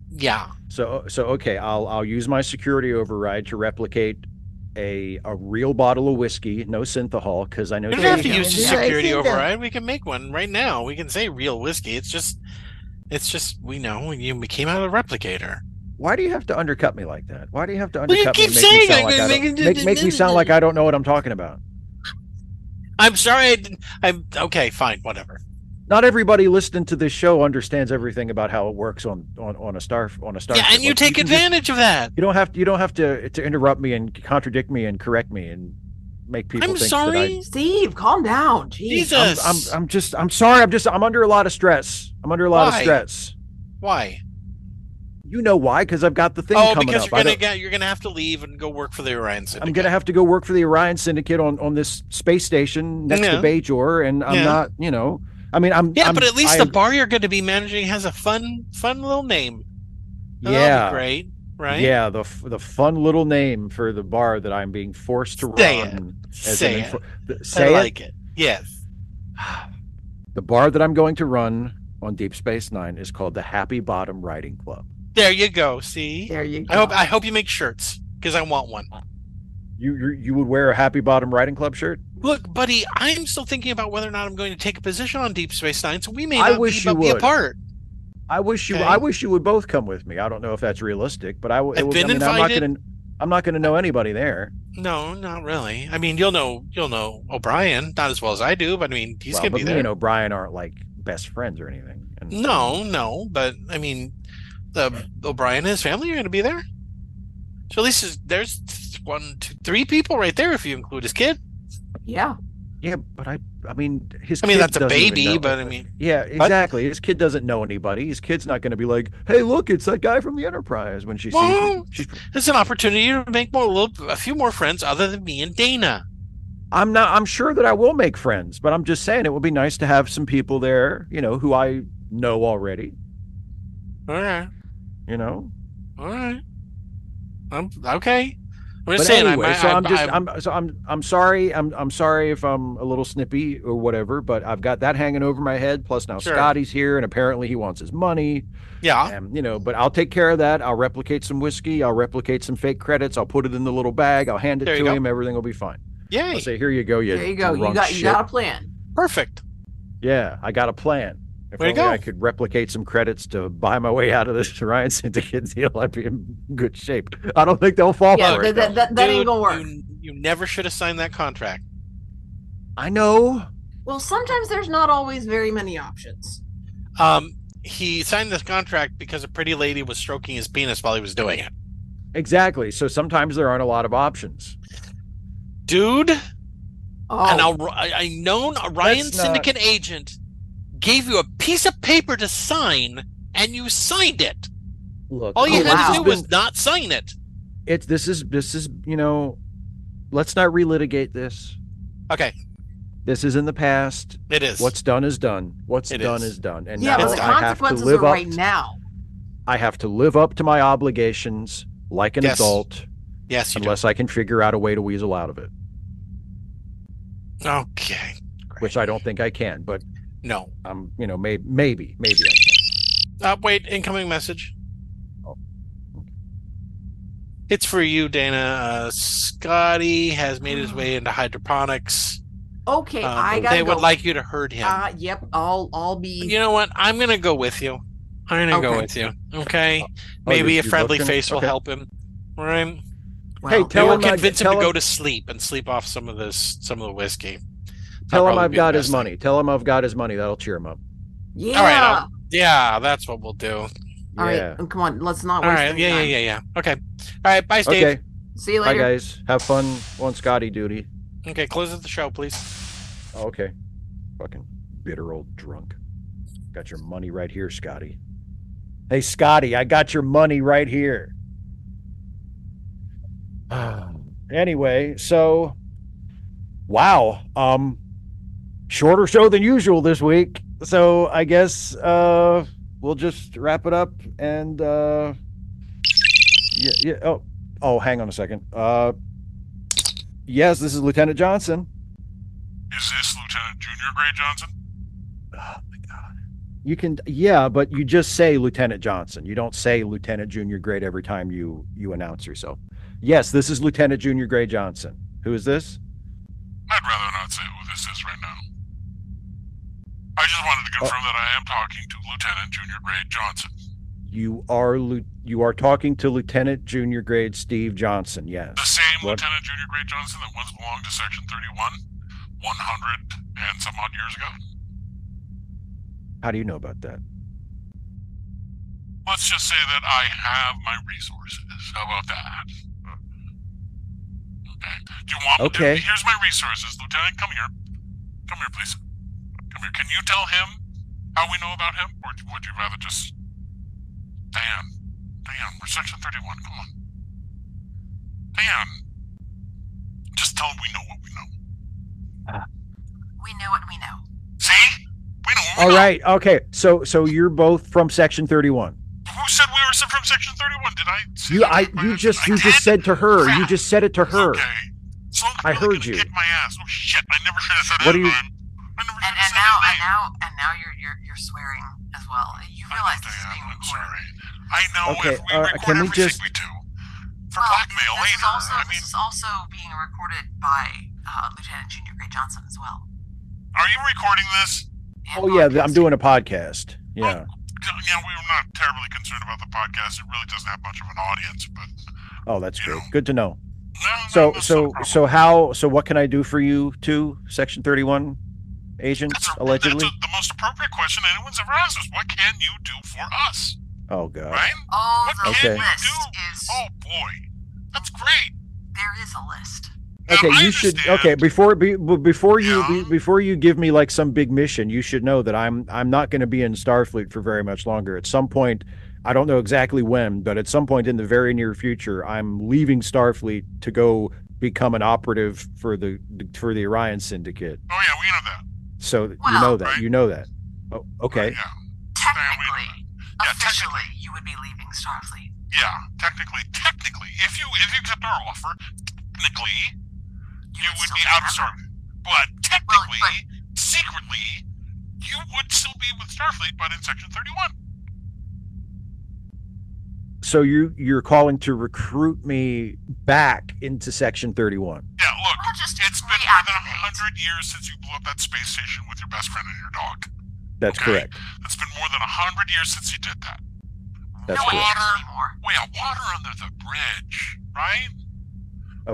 Speaker 1: Yeah.
Speaker 2: So so okay, I'll I'll use my security override to replicate a a real bottle of whiskey, no synthahol, because I know.
Speaker 1: You don't
Speaker 3: There
Speaker 1: have
Speaker 2: James
Speaker 1: to
Speaker 3: you go.
Speaker 1: use the
Speaker 2: doesn't.
Speaker 3: Yeah, I
Speaker 1: security
Speaker 3: think that-
Speaker 1: override. We can make one right now. We can say real whiskey. It's just, it's just we know you we came out of the replicator.
Speaker 2: Why do you have to undercut me like that? Why do you have to
Speaker 1: you
Speaker 2: undercut
Speaker 1: keep
Speaker 2: me? and Make
Speaker 1: saying
Speaker 2: me sound
Speaker 1: I'm
Speaker 2: like
Speaker 1: gonna
Speaker 2: I don't-
Speaker 1: make it-
Speaker 2: make- make me sound like I don't know what I'm talking about.
Speaker 1: I'm sorry. I didn't, I'm okay. Fine. Whatever.
Speaker 2: Not everybody listening to this show understands everything about how it works on on, on a star on a star.
Speaker 1: Yeah, and you take advantage of that.
Speaker 2: You don't have to. You don't have to to interrupt me and contradict me and correct me and make people.
Speaker 1: I'm
Speaker 2: think
Speaker 1: sorry.
Speaker 3: Steve, calm down. Jeez.
Speaker 1: Jesus.
Speaker 2: That I, I'm, I'm I'm just. I'm sorry. I'm just. I'm under a lot of stress. I'm under a lot
Speaker 1: Why?
Speaker 2: of stress.
Speaker 1: Why?
Speaker 2: You know why? Because I've got the thing
Speaker 1: Oh,
Speaker 2: coming
Speaker 1: because
Speaker 2: up.
Speaker 1: you're
Speaker 2: I
Speaker 1: gonna
Speaker 2: don't-
Speaker 1: get you're gonna have to leave and go work for the Orion Syndicate.
Speaker 2: I'm gonna have to go work for the Orion Syndicate on on this space station next
Speaker 1: Yeah.
Speaker 2: to Bajor, and I'm
Speaker 1: Yeah.
Speaker 2: not. You know. I mean, I'm.
Speaker 1: Yeah,
Speaker 2: I'm-
Speaker 1: but at least
Speaker 2: I-
Speaker 1: the bar you're going to be managing has a fun, fun little name. That'll be
Speaker 2: Yeah.
Speaker 1: great. right?
Speaker 2: Yeah, the f- the fun little name for the bar that I'm being forced to
Speaker 1: Say it.
Speaker 2: run. as an
Speaker 1: Say it.
Speaker 2: info- th-
Speaker 1: I
Speaker 2: say it.
Speaker 1: like it. Yes.
Speaker 2: The bar that I'm going to run on Deep Space Nine is called the Happy Bottom Riding Club.
Speaker 1: There you go. See,
Speaker 3: There you go.
Speaker 1: I hope I hope you make shirts because I want one.
Speaker 2: You, you you would wear a Happy Bottom Riding Club shirt?
Speaker 1: Look, buddy, I'm still thinking about whether or not I'm going to take a position on Deep Space Nine, so we may
Speaker 2: I
Speaker 1: not
Speaker 2: wish
Speaker 1: be,
Speaker 2: you
Speaker 1: but be
Speaker 2: would.
Speaker 1: apart.
Speaker 2: I wish you
Speaker 1: Okay.
Speaker 2: I wish you would both come with me. I don't know if that's realistic, but I would.
Speaker 1: I've
Speaker 2: would-
Speaker 1: been
Speaker 2: I am not
Speaker 1: invited.
Speaker 2: gonna I'm not gonna know anybody there.
Speaker 1: No, not really. I mean, you'll know you'll know O'Brien not as well as I do, but I mean, he's
Speaker 2: well,
Speaker 1: gonna
Speaker 2: but
Speaker 1: be
Speaker 2: me
Speaker 1: there.
Speaker 2: and O'Brien aren't like best friends or anything. And
Speaker 1: No, no, but I mean, the O'Brien and his family are going to be there. So at least there's- there's th- one, two, three people right there if you include his kid.
Speaker 3: yeah.
Speaker 2: Yeah, but I I mean his
Speaker 1: I mean,
Speaker 2: kid
Speaker 1: that's a
Speaker 2: doesn't even
Speaker 1: baby,
Speaker 2: know.
Speaker 1: but I mean,
Speaker 2: Yeah, exactly. His kid doesn't know anybody. His kid's not going to be like, "Hey, look, it's that guy from the Enterprise." When she sees
Speaker 1: Well-
Speaker 2: him. she's,
Speaker 1: it's an opportunity to make more, little, a few more friends other than me and Dana.
Speaker 2: I'm not. I'm sure that I will make friends, but I'm just saying it would be nice to have some people there, you know, who I know already.
Speaker 1: All right,
Speaker 2: You know,
Speaker 1: all right. I'm okay. I'm
Speaker 2: but
Speaker 1: just saying,
Speaker 2: anyway,
Speaker 1: I, might-
Speaker 2: so
Speaker 1: I,
Speaker 2: I'm just,
Speaker 1: I-
Speaker 2: I'm, so I'm, I'm sorry, I'm, I'm sorry if I'm a little snippy or whatever, but I've got that hanging over my head. Plus now
Speaker 1: Sure. Ah.
Speaker 2: Scotty's here, and apparently he wants his money.
Speaker 1: yeah,
Speaker 2: Um, you know, but I'll take care of that. I'll replicate some whiskey. I'll replicate some fake credits. I'll put it in the little bag. I'll hand it
Speaker 1: There you
Speaker 2: to
Speaker 1: go.
Speaker 2: him. Everything will be fine. I'll
Speaker 1: yay,
Speaker 2: say, here you go. You
Speaker 3: There you go. You
Speaker 2: drunk
Speaker 3: got you
Speaker 2: shit."
Speaker 3: got a plan.
Speaker 1: perfect.
Speaker 2: Yeah, I got a plan. If
Speaker 1: Way to
Speaker 2: only I
Speaker 1: go.
Speaker 2: could replicate some credits to buy my way out of this Ryan Syndicate deal, I'd be in good shape. I don't think they'll fall
Speaker 3: Yeah,
Speaker 2: for it.
Speaker 3: that, that,
Speaker 2: though.
Speaker 3: that, that ain't
Speaker 1: Oh, Dude,
Speaker 3: gonna work.
Speaker 1: You, you never should have signed that contract.
Speaker 2: I know.
Speaker 3: Well, sometimes there's not always very many options.
Speaker 1: Um, he signed this contract because a pretty lady was stroking his penis while he was doing it.
Speaker 2: Exactly. So sometimes there aren't a lot of options.
Speaker 1: Dude.
Speaker 3: Oh,
Speaker 1: an Or- a a known Orion
Speaker 2: That's not-
Speaker 1: Syndicate agent gave you a piece of paper to sign, and you signed it.
Speaker 2: Look,
Speaker 1: All you
Speaker 3: Oh,
Speaker 1: had
Speaker 3: wow.
Speaker 1: to do was not sign it.
Speaker 2: it's this is this is you know, let's not relitigate this.
Speaker 1: Okay,
Speaker 2: This is in the past.
Speaker 1: it is.
Speaker 2: What's done is done. What's
Speaker 1: It
Speaker 2: done
Speaker 1: is.
Speaker 2: is. done. And
Speaker 3: yeah,
Speaker 2: now
Speaker 3: but the
Speaker 2: I have to
Speaker 3: consequences are
Speaker 2: live up.
Speaker 3: right now.
Speaker 2: I have to live up to my obligations like an
Speaker 1: Yes.
Speaker 2: adult,
Speaker 1: yes, you
Speaker 2: unless I can figure out a way to weasel out of it.
Speaker 1: do. Okay, Great.
Speaker 2: which I don't think I can, but
Speaker 1: no.
Speaker 2: um, you know, maybe, maybe, maybe I can.
Speaker 1: Uh, wait, incoming message.
Speaker 2: Oh.
Speaker 1: It's for you, Dana. Uh, Scotty has made his way into hydroponics.
Speaker 3: Okay,
Speaker 1: Um,
Speaker 3: I got.
Speaker 1: they would like you to herd him.
Speaker 3: Uh, yep, I'll I'll be.
Speaker 1: you know what? I'm gonna go with you. I'm gonna go
Speaker 3: Okay.
Speaker 1: with you. Okay.
Speaker 2: Oh,
Speaker 1: Maybe
Speaker 2: you-
Speaker 1: a
Speaker 2: you
Speaker 1: friendly
Speaker 2: booked him?
Speaker 1: face will
Speaker 2: Okay.
Speaker 1: help him. All Right?
Speaker 2: Hey,
Speaker 3: Well,
Speaker 1: They
Speaker 2: tell
Speaker 1: will
Speaker 2: him I-
Speaker 1: convince him
Speaker 2: tell
Speaker 1: to
Speaker 2: him-
Speaker 1: go to sleep and sleep off some of this, some of the whiskey. That'll
Speaker 2: Tell him
Speaker 1: probably
Speaker 2: I've
Speaker 1: be the
Speaker 2: got his
Speaker 1: best thing.
Speaker 2: money. Tell him I've got his money. That'll cheer him up.
Speaker 3: yeah.
Speaker 1: All
Speaker 3: All
Speaker 1: right,
Speaker 3: right,
Speaker 1: I'll- Yeah, that's what we'll do.
Speaker 2: Yeah.
Speaker 3: and come on, let's not
Speaker 1: All
Speaker 3: waste
Speaker 1: right.
Speaker 3: any
Speaker 1: Yeah, yeah,
Speaker 3: time.
Speaker 1: yeah, yeah. Okay. All right. Bye, Steve.
Speaker 2: Okay.
Speaker 1: Okay.
Speaker 3: See you
Speaker 2: Bye,
Speaker 3: later.
Speaker 2: guys. Have fun on Scotty duty.
Speaker 1: close out the show, please.
Speaker 2: Oh, okay. Fucking bitter old drunk. Got your money right here, Scotty. Hey, Scotty, I got your money right here. anyway, so wow, um, shorter show than usual this week. So I guess uh, we'll just wrap it up and uh, yeah, yeah. Oh, oh, hang on a second. Uh, yes, this is Lieutenant Johnson.
Speaker 4: Is this Lieutenant Junior Gray Johnson?
Speaker 2: You can, yeah, but you just say Lieutenant Johnson. You don't say Lieutenant Junior Grade every time you you announce yourself. Yes, this is Lieutenant Junior Grade Johnson. Who is this?
Speaker 4: I'd rather not say who this is right now. I just wanted to confirm that I am talking to Lieutenant Junior Gray Johnson.
Speaker 2: You are Lu- you are talking to Lieutenant Junior Grade Steve Johnson.
Speaker 4: The
Speaker 2: Yes.
Speaker 4: same
Speaker 2: What?
Speaker 4: Lieutenant Junior Gray Johnson that once belonged to Section 31, 100 and some odd years ago.
Speaker 2: How do you know about that?
Speaker 4: Let's just say that I have my resources. How about that? Okay. Do you want
Speaker 2: Okay.
Speaker 4: Me to, here's my resources, Lieutenant. Come here. Come here, please. Come here. Can you tell him how we know about him, or would you rather just? Dan, Dan, we're Section Thirty-One. Come on, Dan. Just tell him we know what we know.
Speaker 3: We know what we know.
Speaker 4: See? We know. What we
Speaker 2: All
Speaker 4: know.
Speaker 2: right. Okay. So so you're both from Section 31.
Speaker 4: Who said we were person from Section 31. Did I? say
Speaker 2: You,
Speaker 4: that
Speaker 2: I,
Speaker 4: in my
Speaker 2: you
Speaker 4: act-
Speaker 2: just,
Speaker 4: I
Speaker 2: you just
Speaker 4: did?
Speaker 2: said to her. You just said it to her.
Speaker 4: Okay. So I'm
Speaker 2: I
Speaker 4: really
Speaker 2: heard
Speaker 4: gonna
Speaker 2: you.
Speaker 4: Kick my ass. Oh shit! I never should have said
Speaker 2: What
Speaker 4: that.
Speaker 2: do you-
Speaker 4: man. I never
Speaker 5: And,
Speaker 4: should
Speaker 5: and
Speaker 4: have said
Speaker 5: now,
Speaker 4: that.
Speaker 5: and now, and now you're you're you're swearing as well. You
Speaker 4: I
Speaker 5: realize
Speaker 4: know
Speaker 5: this is
Speaker 4: they
Speaker 5: being
Speaker 4: are, I'm
Speaker 5: recorded.
Speaker 4: sorry. I know
Speaker 2: Okay,
Speaker 4: if we
Speaker 2: uh,
Speaker 4: record
Speaker 2: can we
Speaker 4: everything
Speaker 2: just-
Speaker 4: we do for
Speaker 5: Well,
Speaker 4: blackmail
Speaker 5: this
Speaker 4: later.
Speaker 5: is also
Speaker 4: I mean,
Speaker 5: this is also being recorded by uh, Lieutenant Junior Gray Johnson as well.
Speaker 4: are you recording this?
Speaker 5: And
Speaker 2: Oh yeah, th- I'm
Speaker 5: podcasting.
Speaker 2: doing a podcast. Yeah.
Speaker 4: Yeah, we we're not terribly concerned about the podcast. It really doesn't have much of an audience, but
Speaker 2: Oh, that's great. Good to know.
Speaker 4: no, no,
Speaker 2: So,
Speaker 4: that's no
Speaker 2: so,
Speaker 4: problem.
Speaker 2: so how? So, what can I do for you, too, Section Thirty-One agents,
Speaker 4: That's, a,
Speaker 2: allegedly?
Speaker 4: that's a, the most appropriate question anyone's ever asked is what can you do for us,
Speaker 2: Oh God.
Speaker 4: right?
Speaker 5: Oh,
Speaker 4: What
Speaker 5: the
Speaker 2: can
Speaker 4: we
Speaker 5: list
Speaker 4: do?
Speaker 5: is
Speaker 4: Oh boy, that's great.
Speaker 5: there is a list.
Speaker 4: Now,
Speaker 2: Okay,
Speaker 4: I
Speaker 2: you should.
Speaker 4: understand-
Speaker 2: Okay, before be, b- before you be,
Speaker 4: Yeah.
Speaker 2: before you give me like some big mission, you should know that I'm I'm not going to be in Starfleet for very much longer. At some point, I don't know exactly when, but at some point in the very near future, I'm leaving Starfleet to go become an operative for the for the Orion Syndicate.
Speaker 4: Oh yeah, we know that.
Speaker 2: So that you
Speaker 5: Well,
Speaker 2: know that
Speaker 4: right.
Speaker 2: you know that. Oh, okay.
Speaker 4: Yeah,
Speaker 5: Technically,
Speaker 4: Yeah,
Speaker 5: officially, you would be leaving Starfleet.
Speaker 4: yeah. Technically, technically, if you if you accept our offer, technically you,
Speaker 5: would
Speaker 4: would
Speaker 5: still
Speaker 4: be
Speaker 5: be a
Speaker 4: out of
Speaker 5: member.
Speaker 4: Starfleet. But technically, secretly, you would still be with Starfleet, but in Section Thirty-One.
Speaker 2: So you you're calling to recruit me back into Section Thirty-One.
Speaker 4: Yeah, look,
Speaker 5: Well, just
Speaker 4: it's been more than a
Speaker 5: reactivate.
Speaker 4: hundred years since you blew up that space station with your best friend and your dog.
Speaker 2: That's
Speaker 4: Okay.
Speaker 2: correct.
Speaker 4: It's been more than a hundred years since you did that.
Speaker 2: That's
Speaker 5: no one
Speaker 2: correct.
Speaker 5: cares anymore.
Speaker 4: We have water under the bridge, right?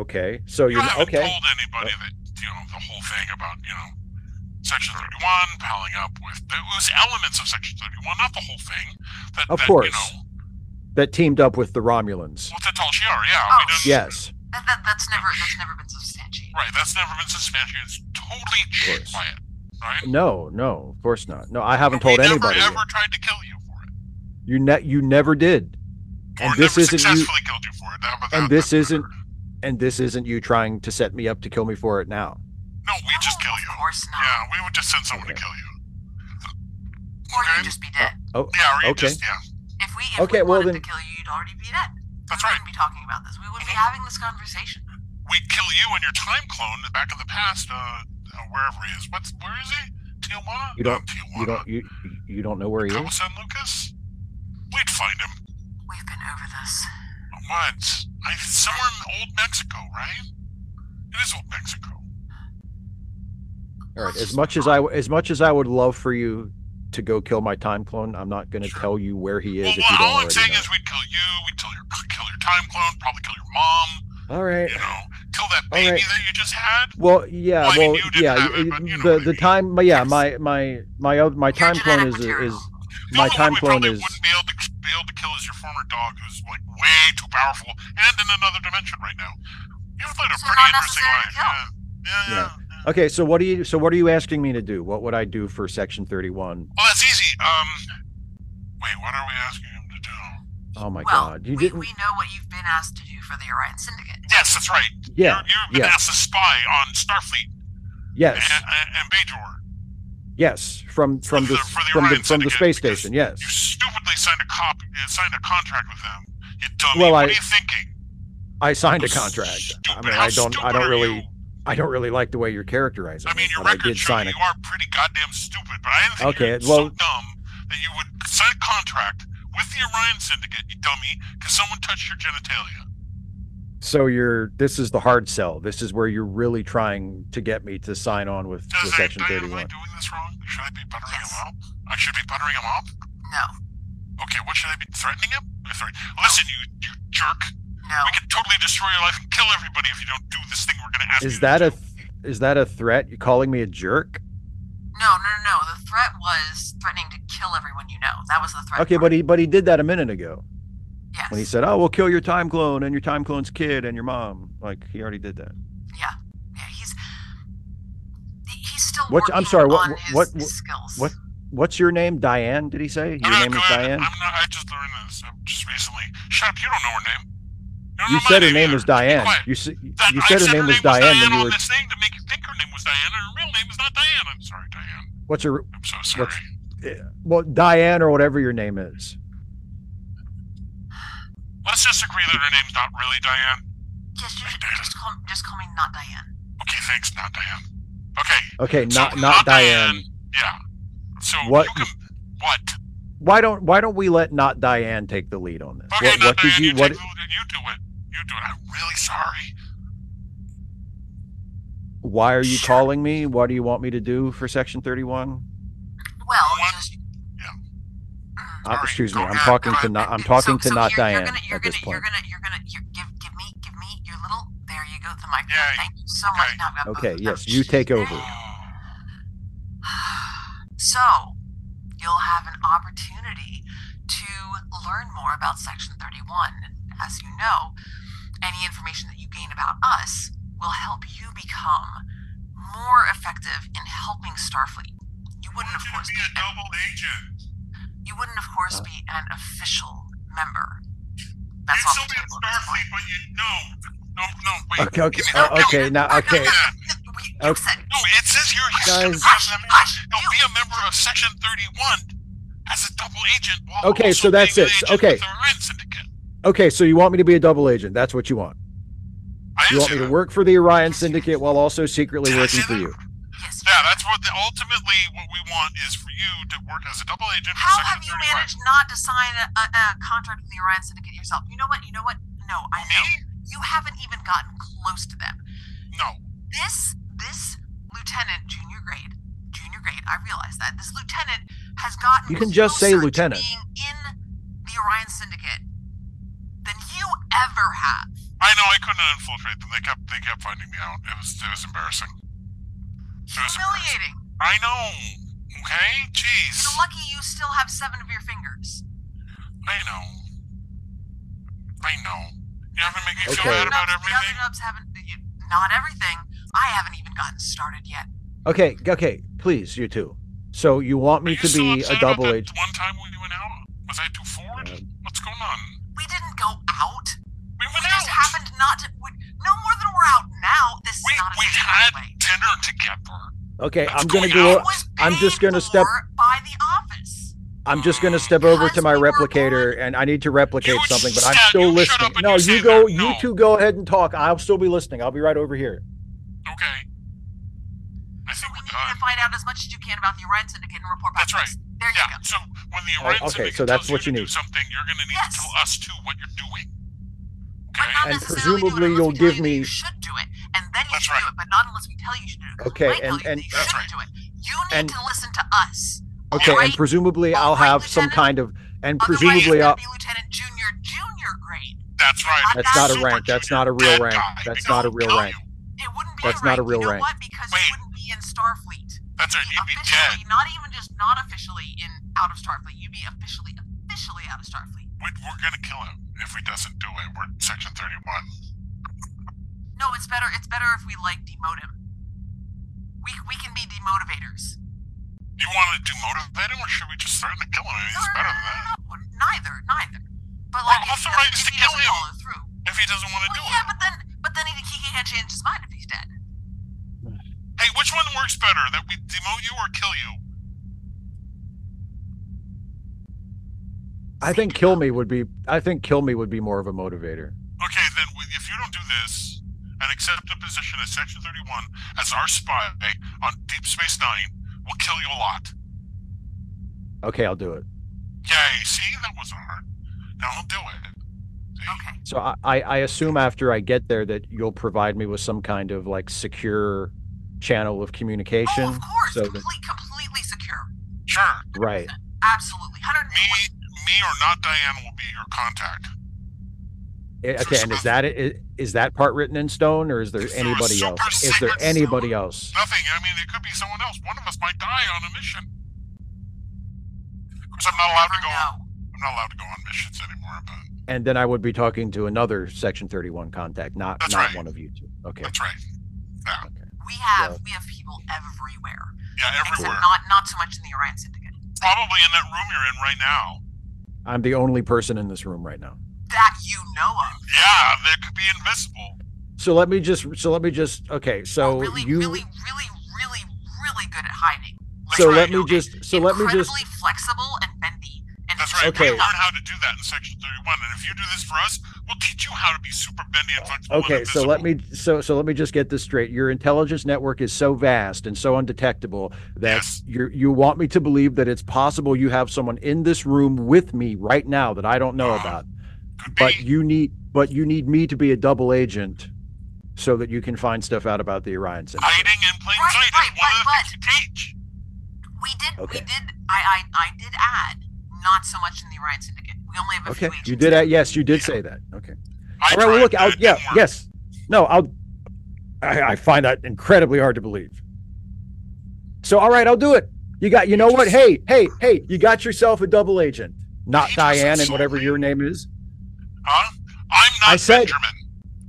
Speaker 2: Okay. So
Speaker 4: you
Speaker 2: you're
Speaker 4: haven't
Speaker 2: okay.
Speaker 4: told anybody that you know the whole thing about you know Section 31 palling up with those elements of Section 31, not the whole thing. That,
Speaker 2: Of
Speaker 4: that,
Speaker 2: course.
Speaker 4: you know,
Speaker 2: that teamed up with the Romulans.
Speaker 4: with the Tal Shiar, yeah, we
Speaker 5: Oh,
Speaker 4: didn't,
Speaker 2: Yes.
Speaker 5: That, that, that's never that's never been substantiated.
Speaker 4: right. That's never been suspended. It's totally cheated
Speaker 2: course.
Speaker 4: by it, right?
Speaker 2: No, no, of course not. No, I haven't
Speaker 4: But we
Speaker 2: told anybody. yet.
Speaker 4: Never ever tried to kill you for it,
Speaker 2: You ne- you never did. And
Speaker 4: or
Speaker 2: this
Speaker 4: never
Speaker 2: isn't you
Speaker 4: successfully killed you for it. That- that-
Speaker 2: and this
Speaker 4: that-
Speaker 2: isn't and this isn't you trying to set me up to kill me for it now.
Speaker 4: No, we just
Speaker 5: No,
Speaker 4: kill
Speaker 5: Of
Speaker 4: you.
Speaker 5: course not.
Speaker 4: Yeah, we would just send someone
Speaker 2: Okay.
Speaker 4: to kill you.
Speaker 5: Or
Speaker 4: Okay.
Speaker 5: you'd just be dead.
Speaker 2: Oh,
Speaker 4: Yeah, or you
Speaker 2: Okay.
Speaker 4: just yeah.
Speaker 5: If we if
Speaker 2: Okay,
Speaker 5: we
Speaker 2: well
Speaker 5: wanted
Speaker 2: then-
Speaker 5: to kill you, you'd already be dead.
Speaker 4: That's
Speaker 5: we
Speaker 4: right. Mhm.
Speaker 5: wouldn't be talking about this. We wouldn't be having this conversation.
Speaker 4: we kill you and your time clone back in the past, uh, uh wherever he is. What's where is he? Tijuana?
Speaker 2: You don't-
Speaker 4: Not Tijuana.
Speaker 2: you don't you you don't know where he
Speaker 4: Cabo
Speaker 2: is.
Speaker 4: San Lucas. We'd find him.
Speaker 5: We've been over this.
Speaker 4: What? I somewhere in old Mexico, right? It is old Mexico.
Speaker 2: All right. As much as I as much as I would love for you to go kill my time clone, I'm not going to
Speaker 4: Sure.
Speaker 2: tell you where he is
Speaker 4: well,
Speaker 2: if you
Speaker 4: well
Speaker 2: don't
Speaker 4: all I'm
Speaker 2: already
Speaker 4: saying
Speaker 2: know.
Speaker 4: is we'd kill you. We'd kill your kill your time clone. Probably kill your mom.
Speaker 2: All right.
Speaker 4: You know, kill that
Speaker 2: Eh. All right.
Speaker 4: baby that you just had.
Speaker 2: Well, yeah,
Speaker 4: Well, I mean,
Speaker 2: well,
Speaker 4: you didn't
Speaker 2: yeah,
Speaker 4: have
Speaker 2: y-
Speaker 4: it, but you know
Speaker 2: the
Speaker 4: what I
Speaker 2: the
Speaker 4: mean.
Speaker 2: time, my- yeah,
Speaker 5: Yes.
Speaker 2: my my my oth- my
Speaker 5: Your
Speaker 2: time clone
Speaker 5: genetic
Speaker 2: is
Speaker 5: material.
Speaker 2: is
Speaker 4: The
Speaker 2: my
Speaker 4: only
Speaker 2: time
Speaker 4: one we
Speaker 2: clone
Speaker 4: probably
Speaker 2: is
Speaker 4: wouldn't be able to be able to kill is your former dog, who's like way too powerful and in another dimension right now. You've led a
Speaker 5: So
Speaker 4: pretty
Speaker 5: not
Speaker 4: interesting
Speaker 5: necessary to
Speaker 4: life.
Speaker 5: kill.
Speaker 4: Yeah. Yeah, yeah,
Speaker 2: Yeah.
Speaker 4: yeah.
Speaker 2: Okay, so what do you so what are you asking me to do? What would I do for section 31?
Speaker 4: Well, that's easy. Um, wait, what are we asking him to do?
Speaker 2: Oh my
Speaker 5: well,
Speaker 2: god. You
Speaker 5: we,
Speaker 2: didn't
Speaker 5: we know what you've been asked to do for the Orion Syndicate.
Speaker 4: Yes, that's right.
Speaker 2: Yeah.
Speaker 4: you're, you've been
Speaker 2: yeah.
Speaker 4: asked to spy on Starfleet
Speaker 2: Yes.
Speaker 4: and, and, and Bajor.
Speaker 2: Yes, from from
Speaker 4: For
Speaker 2: the
Speaker 4: the- for the
Speaker 2: from the
Speaker 4: Orion
Speaker 2: from the
Speaker 4: Syndicate,
Speaker 2: space
Speaker 4: because
Speaker 2: station.
Speaker 4: You
Speaker 2: Yes.
Speaker 4: stupidly signed a cop, uh, signed a contract with them. You dummy.
Speaker 2: Well,
Speaker 4: what
Speaker 2: I-
Speaker 4: are you thinking?
Speaker 2: I signed a
Speaker 4: You
Speaker 2: contract. I
Speaker 4: stupid-
Speaker 2: mean,
Speaker 4: how
Speaker 2: I don't I
Speaker 4: stupid
Speaker 2: don't
Speaker 4: are
Speaker 2: really
Speaker 4: you?
Speaker 2: I don't really like the way you're characterizing
Speaker 4: I mean,
Speaker 2: it,
Speaker 4: your
Speaker 2: but I
Speaker 4: record
Speaker 2: did
Speaker 4: shows
Speaker 2: sign
Speaker 4: you
Speaker 2: a
Speaker 4: you are pretty goddamn stupid, but I didn't think
Speaker 2: Okay,
Speaker 4: you were
Speaker 2: well-
Speaker 4: so dumb that you would sign a contract with the Orion Syndicate, you dummy, because someone touched your genitalia.
Speaker 2: So you're this is the hard sell. This is where you're really trying to get me to sign on with, with
Speaker 4: Does I,
Speaker 2: section
Speaker 4: I, am I
Speaker 2: 31.
Speaker 4: doing this wrong? Should I be buttering
Speaker 5: Yes.
Speaker 4: him up? I should be buttering him up?
Speaker 5: No,
Speaker 4: Okay, what should I be threatening him? Uh, Sorry. Listen, you, you jerk.
Speaker 5: no.
Speaker 4: We can totally destroy your life and kill everybody if you don't do this thing we're going to ask
Speaker 2: Is
Speaker 4: you
Speaker 2: that
Speaker 4: to
Speaker 2: a
Speaker 4: do.
Speaker 2: th- is that a threat? You calling me a jerk?
Speaker 5: No, no, no, no. The threat was threatening to kill everyone you know. That was the threat.
Speaker 2: Okay,
Speaker 5: part.
Speaker 2: but he but he did that a minute ago.
Speaker 5: Yes.
Speaker 2: when he said, "Oh, we'll kill your time clone and your time clone's kid and your mom." Like he already did that.
Speaker 5: yeah, he's he- he's still
Speaker 2: What-
Speaker 5: working
Speaker 2: I'm sorry, what-
Speaker 5: on his,
Speaker 2: what-
Speaker 5: his
Speaker 2: what-
Speaker 5: skills.
Speaker 2: what- What's your name? Diane? Did he say your
Speaker 4: I'm not
Speaker 2: name is
Speaker 4: glad-
Speaker 2: Diane?
Speaker 4: I'm not, I just learned this uh, just recently. Shut up, you don't know her name. You, don't
Speaker 2: You
Speaker 4: know my
Speaker 2: said her name
Speaker 4: either.
Speaker 2: was Diane.
Speaker 4: quiet.
Speaker 2: You said
Speaker 4: That-
Speaker 2: you said
Speaker 4: I
Speaker 2: her name was
Speaker 4: was
Speaker 2: Diane when
Speaker 4: on
Speaker 2: you were.
Speaker 4: this thing to make you think her name was Diane, and her real name is not Diane. I'm sorry, Diane.
Speaker 2: What's your
Speaker 4: I'm so sorry.
Speaker 2: well Diane or whatever your name is?
Speaker 4: Let's just agree that her name's not really Diane.
Speaker 3: Yes, you should just call just call me not Diane.
Speaker 4: Okay, thanks, not Diane. Okay,
Speaker 2: Okay,
Speaker 4: so
Speaker 2: not not Diane.
Speaker 4: Yeah. So
Speaker 2: What-
Speaker 4: you can what?
Speaker 2: Why don't why don't we let not Diane take the lead on this?
Speaker 4: Okay,
Speaker 2: what
Speaker 4: not
Speaker 2: what
Speaker 4: Diane,
Speaker 2: did you
Speaker 4: you,
Speaker 2: what
Speaker 4: take the- you do it. You do it. I'm really sorry.
Speaker 2: why are you
Speaker 4: Sure.
Speaker 2: calling me? What do you want me to do for section 31?
Speaker 3: Well,
Speaker 4: What?
Speaker 3: just Mm, Uh,
Speaker 2: Uh,
Speaker 4: Sorry,
Speaker 2: excuse me.
Speaker 4: go
Speaker 2: I'm
Speaker 4: ahead,
Speaker 2: talking
Speaker 4: go
Speaker 2: to
Speaker 4: ahead.
Speaker 2: not I'm talking to
Speaker 3: so, so
Speaker 2: not
Speaker 3: you're,
Speaker 2: Diane
Speaker 3: You're gonna, you're
Speaker 2: at this
Speaker 3: gonna,
Speaker 2: point.
Speaker 3: You're gonna, you're gonna, you give, give me, give me your little. There you go. The microphone.
Speaker 4: Yay.
Speaker 3: Thank you so
Speaker 4: Okay.
Speaker 3: much. Now I've got both
Speaker 2: Okay,
Speaker 3: of them.
Speaker 2: yes, you take over.
Speaker 4: Oh,
Speaker 3: So, you'll have an opportunity to learn more about Section 31. As you know, any information that you gain about us will help you become more effective in helping Starfleet. You wouldn't, of
Speaker 4: you
Speaker 3: course,
Speaker 4: be a double agent.
Speaker 3: you wouldn't, of course, be an official member. That's
Speaker 4: You'd
Speaker 3: off
Speaker 4: still
Speaker 3: the
Speaker 4: be in
Speaker 3: table at this
Speaker 4: Starfleet, but you no, no, no. Wait.
Speaker 2: Okay, okay,
Speaker 4: give me
Speaker 2: uh,
Speaker 4: that.
Speaker 2: okay, now
Speaker 4: Give
Speaker 2: okay.
Speaker 4: me that.
Speaker 3: point. We, you
Speaker 2: Okay.
Speaker 3: said
Speaker 4: No, it says here you still
Speaker 2: Guys.
Speaker 4: have a member.
Speaker 3: Hush,
Speaker 4: No,
Speaker 3: you-
Speaker 4: be a member of Section 31 as a double agent. While
Speaker 2: Okay,
Speaker 4: also
Speaker 2: so that's
Speaker 4: being an
Speaker 2: it.
Speaker 4: agent
Speaker 2: Okay.
Speaker 4: with the Ren Syndicate.
Speaker 2: Okay, so you want me to be a double agent. That's what you want.
Speaker 4: I
Speaker 2: You
Speaker 4: didn't
Speaker 2: want
Speaker 4: say
Speaker 2: me to
Speaker 4: that.
Speaker 2: work for the Orion Syndicate while also secretly
Speaker 4: Did I
Speaker 2: working
Speaker 4: say
Speaker 2: for
Speaker 4: that?
Speaker 2: you.
Speaker 3: yes.
Speaker 4: Yeah, that's what the, ultimately what we want is for you to work as a double agent.
Speaker 3: How
Speaker 4: for
Speaker 3: have you
Speaker 4: Section
Speaker 3: managed
Speaker 4: 31.
Speaker 3: not to sign a, a, a contract with the Orion Syndicate yourself? You know what? You know what? No, I know. You haven't even gotten close to them.
Speaker 4: Me? No.
Speaker 3: This this lieutenant, junior grade, junior grade. I realize that this lieutenant has gotten.
Speaker 2: You can just say
Speaker 3: closer to
Speaker 2: lieutenant.
Speaker 3: Being in the Orion Syndicate than you ever have.
Speaker 4: I know I couldn't infiltrate them. They kept they kept finding me out. It was it was embarrassing. It was embarrassing.
Speaker 3: Humiliating.
Speaker 4: I know. Okay, jeez.
Speaker 3: You're lucky you still have seven of your fingers.
Speaker 4: I know. I know. You haven't made me
Speaker 2: Okay.
Speaker 4: feel bad
Speaker 3: The
Speaker 4: about
Speaker 3: other nubs-
Speaker 4: everything.
Speaker 3: The other nubs haven't. you- Not everything. I haven't even gotten started yet.
Speaker 2: Okay, g- okay, please, you two. So you want
Speaker 4: Are
Speaker 2: me
Speaker 4: you
Speaker 2: to
Speaker 4: still
Speaker 2: be
Speaker 4: upset
Speaker 2: a
Speaker 4: about
Speaker 2: double
Speaker 4: that
Speaker 2: agent?
Speaker 4: One time when you went out, was I too forward?
Speaker 2: Uh,
Speaker 4: What's going on?
Speaker 3: We didn't go out. We
Speaker 4: We went out.
Speaker 3: just happened not to. We, no more than we're out now. This
Speaker 4: we
Speaker 3: is not a
Speaker 4: we
Speaker 3: good
Speaker 4: had
Speaker 3: way.
Speaker 4: dinner together.
Speaker 2: Okay,
Speaker 4: That's
Speaker 2: I'm gonna
Speaker 4: going
Speaker 2: go.
Speaker 4: out.
Speaker 3: It was
Speaker 2: I'm just gonna
Speaker 3: paid
Speaker 2: step-
Speaker 3: for by the office.
Speaker 2: I'm just gonna step over to my
Speaker 3: Because we were
Speaker 2: replicator, and I need to replicate
Speaker 4: You
Speaker 2: something, but I'm
Speaker 4: said-
Speaker 2: still
Speaker 4: you shut
Speaker 2: listening.
Speaker 4: up and
Speaker 2: No,
Speaker 4: you
Speaker 2: you
Speaker 4: said
Speaker 2: go.
Speaker 4: that.
Speaker 2: You
Speaker 4: No.
Speaker 2: two go ahead and talk. I'll still be listening. I'll be right over here.
Speaker 4: Okay. I
Speaker 3: So
Speaker 4: think
Speaker 3: we
Speaker 4: we're
Speaker 3: need
Speaker 4: done.
Speaker 3: to find out as much as you can about the Orion Syndicate and report back.
Speaker 4: That's
Speaker 3: to
Speaker 4: right.
Speaker 3: us. There you
Speaker 4: Yeah.
Speaker 3: go.
Speaker 4: So when the
Speaker 2: Oh,
Speaker 4: Orion
Speaker 2: okay,
Speaker 4: Syndicate
Speaker 2: so that's
Speaker 4: tells
Speaker 2: what
Speaker 4: you,
Speaker 2: you
Speaker 4: to do
Speaker 2: need.
Speaker 4: something, you're gonna need
Speaker 3: Yes.
Speaker 4: to tell us too what you're doing.
Speaker 3: But
Speaker 4: Okay.
Speaker 3: not
Speaker 2: And
Speaker 3: necessarily do it
Speaker 2: presumably
Speaker 3: unless
Speaker 2: you'll
Speaker 3: we tell
Speaker 2: give
Speaker 3: you that
Speaker 2: me-
Speaker 3: You should do it, and then you
Speaker 4: That's
Speaker 3: should
Speaker 4: right.
Speaker 3: do it, but not unless we tell you you should do it. 'cause
Speaker 2: Okay,
Speaker 3: I tell
Speaker 2: and-
Speaker 3: you that
Speaker 2: and-
Speaker 3: you
Speaker 2: That's
Speaker 3: shouldn't
Speaker 4: right.
Speaker 3: do it. You need
Speaker 2: And-
Speaker 3: to listen to us.
Speaker 2: Okay,
Speaker 3: alright?
Speaker 2: and presumably
Speaker 3: All
Speaker 2: I'll
Speaker 3: right,
Speaker 2: have some
Speaker 3: Lieutenant.
Speaker 2: kind of, and
Speaker 3: Otherwise,
Speaker 2: presumably
Speaker 3: it's
Speaker 2: I'll.
Speaker 3: gonna be Lieutenant Junior, Junior grade.
Speaker 4: That's right.
Speaker 3: That's
Speaker 2: That's not a
Speaker 4: Super
Speaker 2: rank. That's
Speaker 4: Junior.
Speaker 2: not a real
Speaker 4: That
Speaker 2: rank.
Speaker 4: guy.
Speaker 2: That's
Speaker 4: They'll
Speaker 2: not a real
Speaker 4: kill
Speaker 2: rank.
Speaker 4: you.
Speaker 3: It wouldn't be
Speaker 2: That's not a real
Speaker 3: you know
Speaker 2: rank.
Speaker 3: What? Because
Speaker 4: Wait.
Speaker 3: you wouldn't be in Starfleet.
Speaker 4: That's right.
Speaker 3: be
Speaker 4: You'd be
Speaker 3: officially,
Speaker 4: dead.
Speaker 3: not even just not officially in out of Starfleet. You'd be officially, officially out of Starfleet.
Speaker 4: We, we're gonna kill him if he doesn't do it. We're Section 31.
Speaker 3: No, it's better. It's better if we like demote him. We we can be demotivators.
Speaker 4: You want to demotivate him, or should we just threaten to kill him? I mean,
Speaker 3: No,
Speaker 4: It's
Speaker 3: no,
Speaker 4: better than
Speaker 3: no,
Speaker 4: that.
Speaker 3: no, no, neither, neither. But
Speaker 4: We're
Speaker 3: like, if he
Speaker 4: authorized
Speaker 3: doesn't-
Speaker 4: to
Speaker 3: if he
Speaker 4: kill
Speaker 3: doesn't
Speaker 4: him.
Speaker 3: follow through.
Speaker 4: If he doesn't want to
Speaker 3: Well,
Speaker 4: do
Speaker 3: yeah,
Speaker 4: it.
Speaker 3: but then, but then he, he can't change his mind if he's dead.
Speaker 4: Hey, which one works better? That we demote you or kill you?
Speaker 2: I think kill me would be. I think kill me would be more of a motivator.
Speaker 4: Okay, then we- if you don't do this and accept a position as Section 31 as our spy on Deep Space Nine, we'll kill you a lot.
Speaker 2: Okay, I'll do it.
Speaker 4: Yay! See, that wasn't hard. Now I'll do it. See?
Speaker 3: Okay.
Speaker 2: So I, I I assume after I get there that you'll provide me with some kind of like secure channel of communication.
Speaker 3: Oh, of course,
Speaker 2: So that,
Speaker 3: complete, completely secure.
Speaker 4: Sure.
Speaker 2: right.
Speaker 3: Absolutely, hundred.
Speaker 4: Me, me or not Diane will be your contact.
Speaker 2: I- Eh, Okay, and is that it? Is that part written in stone, or is there
Speaker 4: If there was
Speaker 2: anybody
Speaker 4: super
Speaker 2: else? Is there
Speaker 4: secret
Speaker 2: anybody else?
Speaker 4: Nothing. I mean, it could be someone else. One of us might die on a mission. Of course, I'm not allowed to go.
Speaker 3: No.
Speaker 4: I'm not allowed to go on missions anymore. But
Speaker 2: And then I would be talking to another Section Thirty-One contact, not
Speaker 4: That's
Speaker 2: not
Speaker 4: right.
Speaker 2: one of you two. Okay.
Speaker 4: that's right. Yeah,
Speaker 3: We have
Speaker 2: Yeah.
Speaker 3: we have people everywhere.
Speaker 4: yeah,
Speaker 3: Except
Speaker 4: everywhere.
Speaker 3: not not so much in the Orion Syndicate.
Speaker 4: Probably in that room you're in right now.
Speaker 2: I'm the only person in this room right now.
Speaker 3: That you know of.
Speaker 4: Yeah, they could be invisible.
Speaker 2: So let me just. So let me just. Okay. So
Speaker 3: really,
Speaker 2: you.
Speaker 3: really, really, really, really good at hiding.
Speaker 4: That's
Speaker 2: so
Speaker 4: right.
Speaker 2: let me just. So let me just.
Speaker 3: Incredibly flexible and bendy and
Speaker 4: That's right. Right.
Speaker 2: Okay.
Speaker 4: We learn how to do that in Section 31, and if you do this for us, we'll teach you how to be super bendy and flexible. and
Speaker 2: Okay, so let
Speaker 4: invisible.
Speaker 2: me so so let me just get this straight. Your intelligence network is so vast and so undetectable that
Speaker 4: Yes.
Speaker 2: you you want me to believe that it's possible you have someone in this room with me right now that I don't know
Speaker 4: Uh,
Speaker 2: about.
Speaker 4: Could
Speaker 2: But
Speaker 4: be.
Speaker 2: you need but you need me to be a double agent so that you can find stuff out about the Orion Center.
Speaker 4: Hiding in plain
Speaker 5: Right,
Speaker 4: sight
Speaker 5: right,
Speaker 4: is one of the
Speaker 5: but-
Speaker 4: things you teach.
Speaker 5: We did.
Speaker 2: Okay.
Speaker 5: We did. I, I. I did add not so much in the Orion Syndicate. We only have a
Speaker 2: Okay,
Speaker 5: few agents.
Speaker 2: you did that. Yes, you did
Speaker 4: Yeah.
Speaker 2: say that. Okay.
Speaker 4: I
Speaker 2: All right. Well,
Speaker 4: tried,
Speaker 2: look.
Speaker 4: but
Speaker 2: I'll,
Speaker 4: it
Speaker 2: yeah.
Speaker 4: didn't work.
Speaker 2: Yes. No. I'll. I, I find that incredibly hard to believe. So, all right, I'll do it. You got. You know what? Hey, hey, hey! You got yourself a double agent. Not
Speaker 4: He just
Speaker 2: Diane and
Speaker 4: insulted
Speaker 2: whatever
Speaker 4: me.
Speaker 2: your name is.
Speaker 4: Huh? I'm not
Speaker 2: I said-
Speaker 4: Benjamin.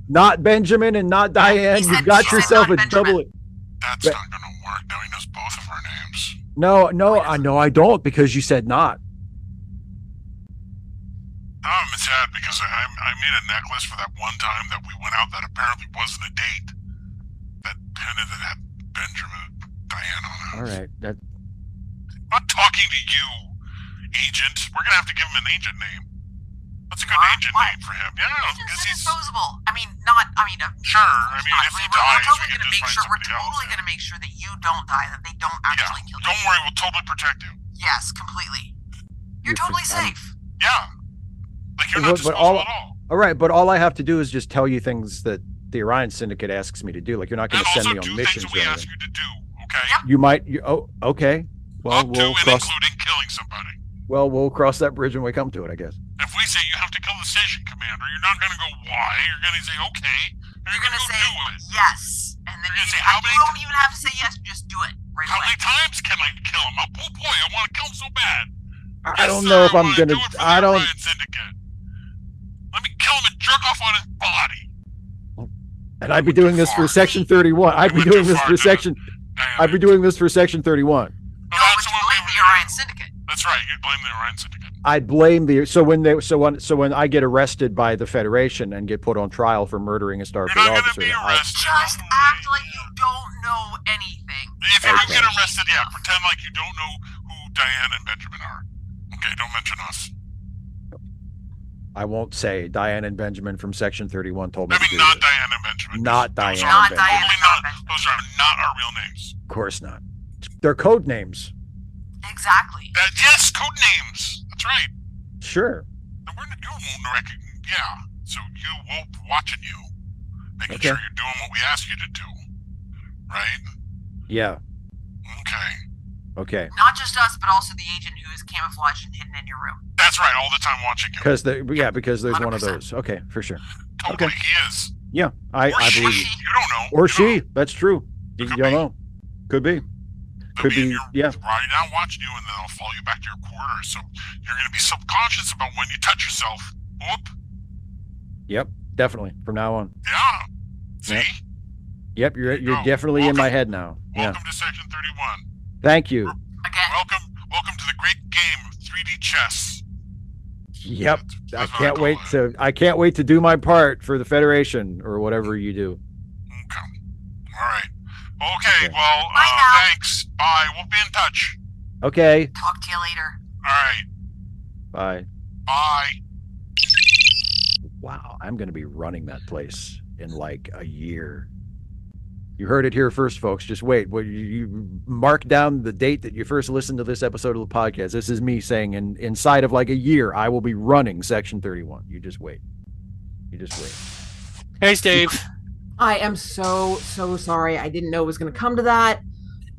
Speaker 2: Not Benjamin and not Diane.
Speaker 5: said-
Speaker 2: You got
Speaker 5: he said
Speaker 2: yourself a
Speaker 5: not Benjamin.
Speaker 2: double.
Speaker 4: That's
Speaker 2: But-
Speaker 4: not gonna work. Now he knows both of our names.
Speaker 2: No,
Speaker 4: Oh,
Speaker 2: no, I no, I don't because you said not.
Speaker 4: Now Oh, I'm sad because I, I made a necklace for that one time that we went out that apparently wasn't a date. That pendant that had Benjamin Diana on it.
Speaker 2: All right. That
Speaker 4: I'm not talking to you, agent. We're gonna have to give him an agent name. That's a good
Speaker 5: Huh?
Speaker 4: agent
Speaker 5: Why?
Speaker 4: name for him. Yeah,
Speaker 5: Agents
Speaker 4: because
Speaker 5: are
Speaker 4: he's
Speaker 5: disposable. I mean, not. I mean, uh,
Speaker 4: Sure, I
Speaker 5: of course
Speaker 4: mean,
Speaker 5: not.
Speaker 4: if he
Speaker 5: we're, we're
Speaker 4: dies, we
Speaker 5: totally
Speaker 4: can
Speaker 5: gonna
Speaker 4: just
Speaker 5: make
Speaker 4: find
Speaker 5: sure. We're
Speaker 4: somebody else,
Speaker 5: totally
Speaker 4: yeah.
Speaker 5: gonna make sure that you don't die. That they don't actually kill you.
Speaker 4: don't worry, we'll totally protect you.
Speaker 5: Yes, completely. You're,
Speaker 2: You're
Speaker 5: totally
Speaker 2: fr- I'm-
Speaker 5: safe.
Speaker 4: Yeah. Like you're not
Speaker 2: But- but
Speaker 4: disposable
Speaker 2: all-
Speaker 4: at all.
Speaker 2: all right. But all I have to do is just tell you things that the Orion Syndicate asks me to do. Like you're not
Speaker 4: And
Speaker 2: going to send
Speaker 4: also
Speaker 2: me
Speaker 4: do
Speaker 2: on
Speaker 4: things
Speaker 2: missions.
Speaker 4: that
Speaker 2: or
Speaker 4: we ask
Speaker 2: anything.
Speaker 4: you to do, okay?
Speaker 5: Yep.
Speaker 2: You might. You, oh, okay. Well,
Speaker 4: Up to
Speaker 2: we'll
Speaker 4: and
Speaker 2: cross.
Speaker 4: including killing somebody.
Speaker 2: Well, we'll cross that bridge when we come to it, I guess.
Speaker 4: If we say you have to kill the station commander, you're not gonna go why. You're gonna say okay. and You're,
Speaker 5: You're
Speaker 4: gonna,
Speaker 5: gonna say
Speaker 4: go do it.
Speaker 5: yes, and then
Speaker 4: You're gonna
Speaker 5: you,
Speaker 4: say, how
Speaker 5: you
Speaker 4: many-
Speaker 5: don't even have to say yes. Just do it right
Speaker 4: How
Speaker 5: away.
Speaker 4: many times can I kill him? Oh oh boy, I want to kill him so bad.
Speaker 2: I
Speaker 4: Yes,
Speaker 2: don't
Speaker 4: sir,
Speaker 2: know if
Speaker 4: I
Speaker 2: I'm
Speaker 4: wanna
Speaker 2: gonna.
Speaker 4: Do it for
Speaker 2: I
Speaker 4: the
Speaker 2: don't.
Speaker 4: Orion Syndicate. Let me kill him and jerk off on his body.
Speaker 2: And I'd be doing this for
Speaker 4: far.
Speaker 2: Section 31. I'd be
Speaker 4: went too
Speaker 2: doing this for
Speaker 4: far, didn't I?
Speaker 2: Section.
Speaker 4: Damn
Speaker 2: I'd be
Speaker 4: it.
Speaker 2: doing this for Section
Speaker 5: No,
Speaker 2: 31.
Speaker 4: that's
Speaker 5: but you
Speaker 4: what we
Speaker 5: blame
Speaker 4: were
Speaker 5: the
Speaker 4: doing.
Speaker 5: Orion Syndicate.
Speaker 4: That's right. You blame the Orion Syndicate.
Speaker 2: I'd blame the. So when they. So when. So when I get arrested by the Federation and get put on trial for murdering a
Speaker 4: You're
Speaker 2: Starfleet
Speaker 4: not going to
Speaker 2: officer,
Speaker 4: be
Speaker 2: I,
Speaker 4: arrested.
Speaker 5: Just
Speaker 4: don't
Speaker 5: act
Speaker 4: worry.
Speaker 5: like you don't know anything.
Speaker 4: If you
Speaker 2: Okay.
Speaker 4: do get arrested, yeah, pretend like you don't know who Diane and Benjamin are. Okay, don't mention us.
Speaker 2: I won't say Diane and Benjamin from Section 31 told me
Speaker 4: I
Speaker 2: to do
Speaker 4: mean, not
Speaker 2: this.
Speaker 4: Diane and Benjamin.
Speaker 2: Not
Speaker 4: Those
Speaker 2: Diane
Speaker 4: are-
Speaker 5: Not
Speaker 2: Benjamin.
Speaker 5: Diane
Speaker 4: Totally
Speaker 5: and
Speaker 4: not.
Speaker 5: Benjamin.
Speaker 4: Those are not our real names.
Speaker 2: Of course not. They're code names.
Speaker 5: Exactly.
Speaker 4: That, yes, code names. That's right.
Speaker 2: Sure.
Speaker 4: And we're you won't reckon. Yeah. So you won't be watching you, making
Speaker 2: Okay.
Speaker 4: sure you're doing what we ask you to do. Right?
Speaker 2: Yeah.
Speaker 4: Okay.
Speaker 2: Okay.
Speaker 5: Not just us, but also the agent who is camouflaged and hidden in your room.
Speaker 4: That's right. All the time watching you.
Speaker 2: Because the yeah because there's one
Speaker 5: 100%.
Speaker 2: of those. Okay, for sure.
Speaker 4: Totally, he is.
Speaker 2: Yeah, I,
Speaker 4: or
Speaker 2: I
Speaker 4: she.
Speaker 2: believe you.
Speaker 4: You don't know.
Speaker 2: or
Speaker 4: You don't
Speaker 2: she. That's true. You,
Speaker 4: Could
Speaker 2: you don't
Speaker 4: be.
Speaker 2: know. Could be. Could be,
Speaker 4: You're
Speaker 2: yeah.
Speaker 4: Right now, watching you, and then I'll follow you back to your quarters. So you're going to be subconscious about when you touch yourself. Whoop.
Speaker 2: Yep, definitely. From now on.
Speaker 4: Yeah. See?
Speaker 2: Yeah. Yep, you're
Speaker 4: you
Speaker 2: you're
Speaker 4: go.
Speaker 2: definitely in my
Speaker 4: Welcome.
Speaker 2: head now. Yeah.
Speaker 4: Welcome to Section 31.
Speaker 2: Thank you.
Speaker 5: Again,
Speaker 4: Welcome, welcome to the great game of 3D chess.
Speaker 2: Yep.
Speaker 4: That's-
Speaker 2: I
Speaker 4: that's what
Speaker 2: can't
Speaker 4: call
Speaker 2: wait
Speaker 4: it.
Speaker 2: to I can't wait to do my part for the Federation or whatever you do.
Speaker 4: Okay. All right. Okay.
Speaker 2: Okay.
Speaker 4: Well,
Speaker 5: Bye
Speaker 4: uh,
Speaker 5: now.
Speaker 4: thanks. Bye. We'll be in touch.
Speaker 2: Okay.
Speaker 5: talk to you later.
Speaker 4: All
Speaker 2: Bye.
Speaker 4: right. Bye.
Speaker 2: Wow, I'm going to be running that place in like a year. You heard it here first, folks. Just wait. Well, you, you mark down the date that you first listened to this episode of the podcast. This is me saying, in, inside of like a year, I will be running Section 31. You just wait. You just wait.
Speaker 1: Hey, Dave.
Speaker 3: I am so so sorry. I didn't know it was going to come to that.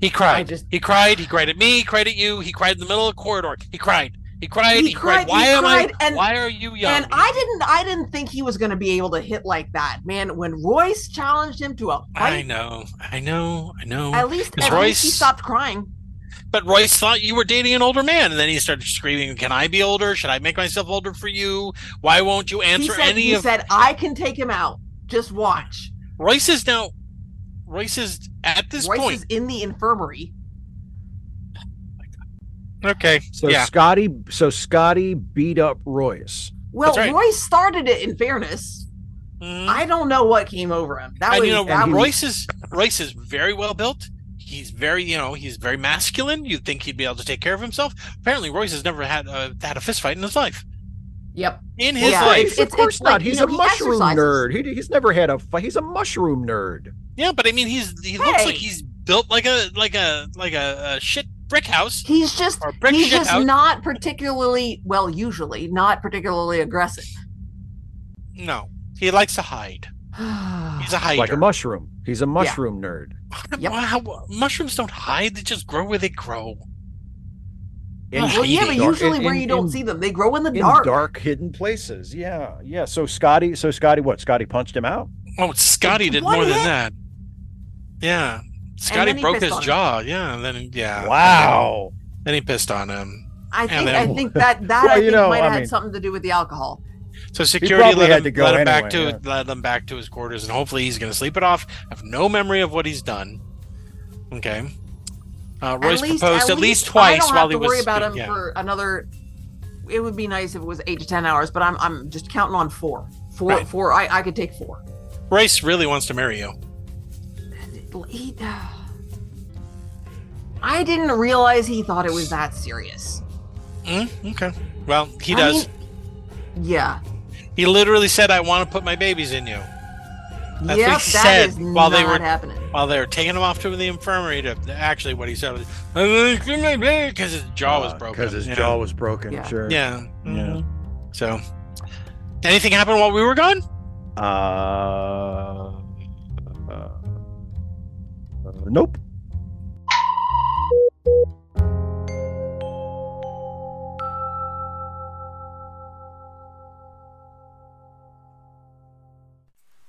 Speaker 1: He cried.
Speaker 3: just-
Speaker 1: He cried. He cried at me. He cried at you. He cried in the middle of the corridor. He cried. He cried.
Speaker 3: He
Speaker 1: He, cried.
Speaker 3: cried,
Speaker 1: Why
Speaker 3: he
Speaker 1: am
Speaker 3: cried,
Speaker 1: I?
Speaker 3: and-
Speaker 1: why are you young?
Speaker 3: And I didn't I didn't think he was going to be able to hit like that, man. When Royce challenged him to a
Speaker 1: I
Speaker 3: fight,
Speaker 1: know. I know. I know.
Speaker 3: at least
Speaker 1: Is
Speaker 3: at least he
Speaker 1: Royce-
Speaker 3: stopped crying.
Speaker 1: But Royce thought you were dating an older man, and then he started screaming, "Can I be older? Should I make myself older for you? Why won't you
Speaker 3: He
Speaker 1: answer
Speaker 3: said,
Speaker 1: any
Speaker 3: he
Speaker 1: of?"
Speaker 3: said, "I can take him out. Just watch."
Speaker 1: Royce is now. Royce is at this
Speaker 3: Royce
Speaker 1: point.
Speaker 3: is in the infirmary.
Speaker 1: Okay.
Speaker 2: So
Speaker 1: yeah.
Speaker 2: Scotty, so Scotty beat up Royce.
Speaker 3: Well,
Speaker 1: That's right.
Speaker 3: Royce started it. In fairness,
Speaker 1: Mhm.
Speaker 3: I don't know what came over him. That
Speaker 1: and
Speaker 3: was
Speaker 1: you know,
Speaker 3: that
Speaker 2: and
Speaker 3: was
Speaker 1: Royce is Royce is very well built. he's very, you know, he's very masculine. You'd think he'd be able to take care of himself. Apparently, Royce has never had a, had a fist fight in his life.
Speaker 3: Yep.
Speaker 1: In his
Speaker 3: Yeah,
Speaker 1: life,
Speaker 3: it's-
Speaker 2: of course
Speaker 3: it's
Speaker 2: not.
Speaker 3: like, you
Speaker 2: he's
Speaker 3: know,
Speaker 2: a
Speaker 3: he
Speaker 2: mushroom
Speaker 3: exercises.
Speaker 2: nerd. He, he's never had a fight. He's a mushroom nerd.
Speaker 1: yeah. But I mean, he's he looks like
Speaker 3: Hey.
Speaker 1: he's built like a like a like a, a shit brick house
Speaker 3: He's just
Speaker 1: or brick
Speaker 3: he's
Speaker 1: shit
Speaker 3: just
Speaker 1: house.
Speaker 3: not particularly well, usually not particularly aggressive.
Speaker 1: no, he likes to hide. He's a hider.
Speaker 2: Like a mushroom. He's a mushroom nerd.
Speaker 3: Yep.
Speaker 1: Wow, how- mushrooms don't hide; they just grow where they grow.
Speaker 2: In
Speaker 1: Well,
Speaker 3: well, yeah, but
Speaker 2: hidden-
Speaker 3: usually
Speaker 2: in-
Speaker 3: where you
Speaker 2: in-
Speaker 3: don't
Speaker 2: in-
Speaker 3: see them, they grow in the
Speaker 2: in
Speaker 3: dark.
Speaker 2: hidden places. Yeah, yeah. So Scotty, so Scotty, what? Scotty punched him out.
Speaker 1: Oh, Scotty did
Speaker 3: What
Speaker 1: more
Speaker 3: the
Speaker 1: than
Speaker 3: heck?
Speaker 1: that. Yeah, Scotty
Speaker 3: then he
Speaker 1: broke
Speaker 3: pissed
Speaker 1: his
Speaker 3: on him.
Speaker 1: jaw. Yeah, and then yeah,
Speaker 2: Wow.
Speaker 1: Then he pissed on him.
Speaker 3: I think
Speaker 1: then-
Speaker 3: I think that that
Speaker 2: Well,
Speaker 3: I
Speaker 2: you
Speaker 3: think
Speaker 2: know,
Speaker 3: might
Speaker 2: I
Speaker 3: have
Speaker 2: mean-
Speaker 3: had something to do with the alcohol.
Speaker 1: So security
Speaker 2: probably
Speaker 1: led
Speaker 2: had
Speaker 1: him,
Speaker 2: to go
Speaker 1: led him back to
Speaker 2: anyway,
Speaker 1: led him back to his quarters, and hopefully he's going to sleep it off. I have no memory of what he's done. Okay. Uh, Royce proposed at least
Speaker 3: I
Speaker 1: twice
Speaker 3: don't
Speaker 1: while
Speaker 3: have
Speaker 1: he
Speaker 3: to
Speaker 1: was.
Speaker 3: worry about him
Speaker 1: yeah.
Speaker 3: for another. It would be nice if it was eight to ten hours, but I'm I'm just counting on four. Four
Speaker 1: Right.
Speaker 3: four. I I could take four.
Speaker 1: Royce really wants to marry you.
Speaker 3: He- I didn't realize he thought it was that serious.
Speaker 1: Mm, okay. Well, he
Speaker 3: I
Speaker 1: does.
Speaker 3: Yeah.
Speaker 1: he literally said, "I want to put my babies in you." what he
Speaker 3: yep. that is
Speaker 1: said while they
Speaker 3: not
Speaker 1: were-
Speaker 3: happening.
Speaker 1: While they were taking him off to the infirmary, to actually, what he said was, "Because his jaw was broken."
Speaker 2: Because Uh, his
Speaker 1: yeah.
Speaker 2: jaw was broken.
Speaker 3: Yeah.
Speaker 2: Sure.
Speaker 1: Yeah.
Speaker 2: Yeah.
Speaker 1: Mhm. So, anything happened while we were gone?
Speaker 2: Uh, uh, uh, nope.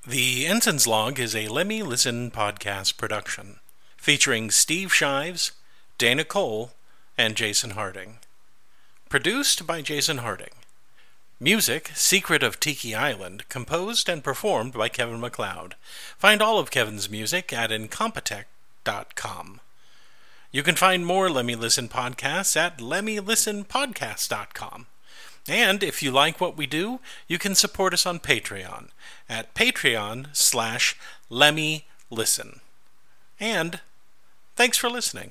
Speaker 6: The Ensign's Log is a Lemmy Listen podcast production featuring Steve Shives, Dana Cole, and Jason Harding. Produced by Jason Harding. Music, Secret of Tiki Island, composed and performed by Kevin McLeod. Find all of Kevin's music at incompetech.com. You can find more Lemmy Listen podcasts at lemmylistenpodcast.com. And if you like what we do, you can support us on Patreon at patreon slash lemmylisten. And thanks for listening.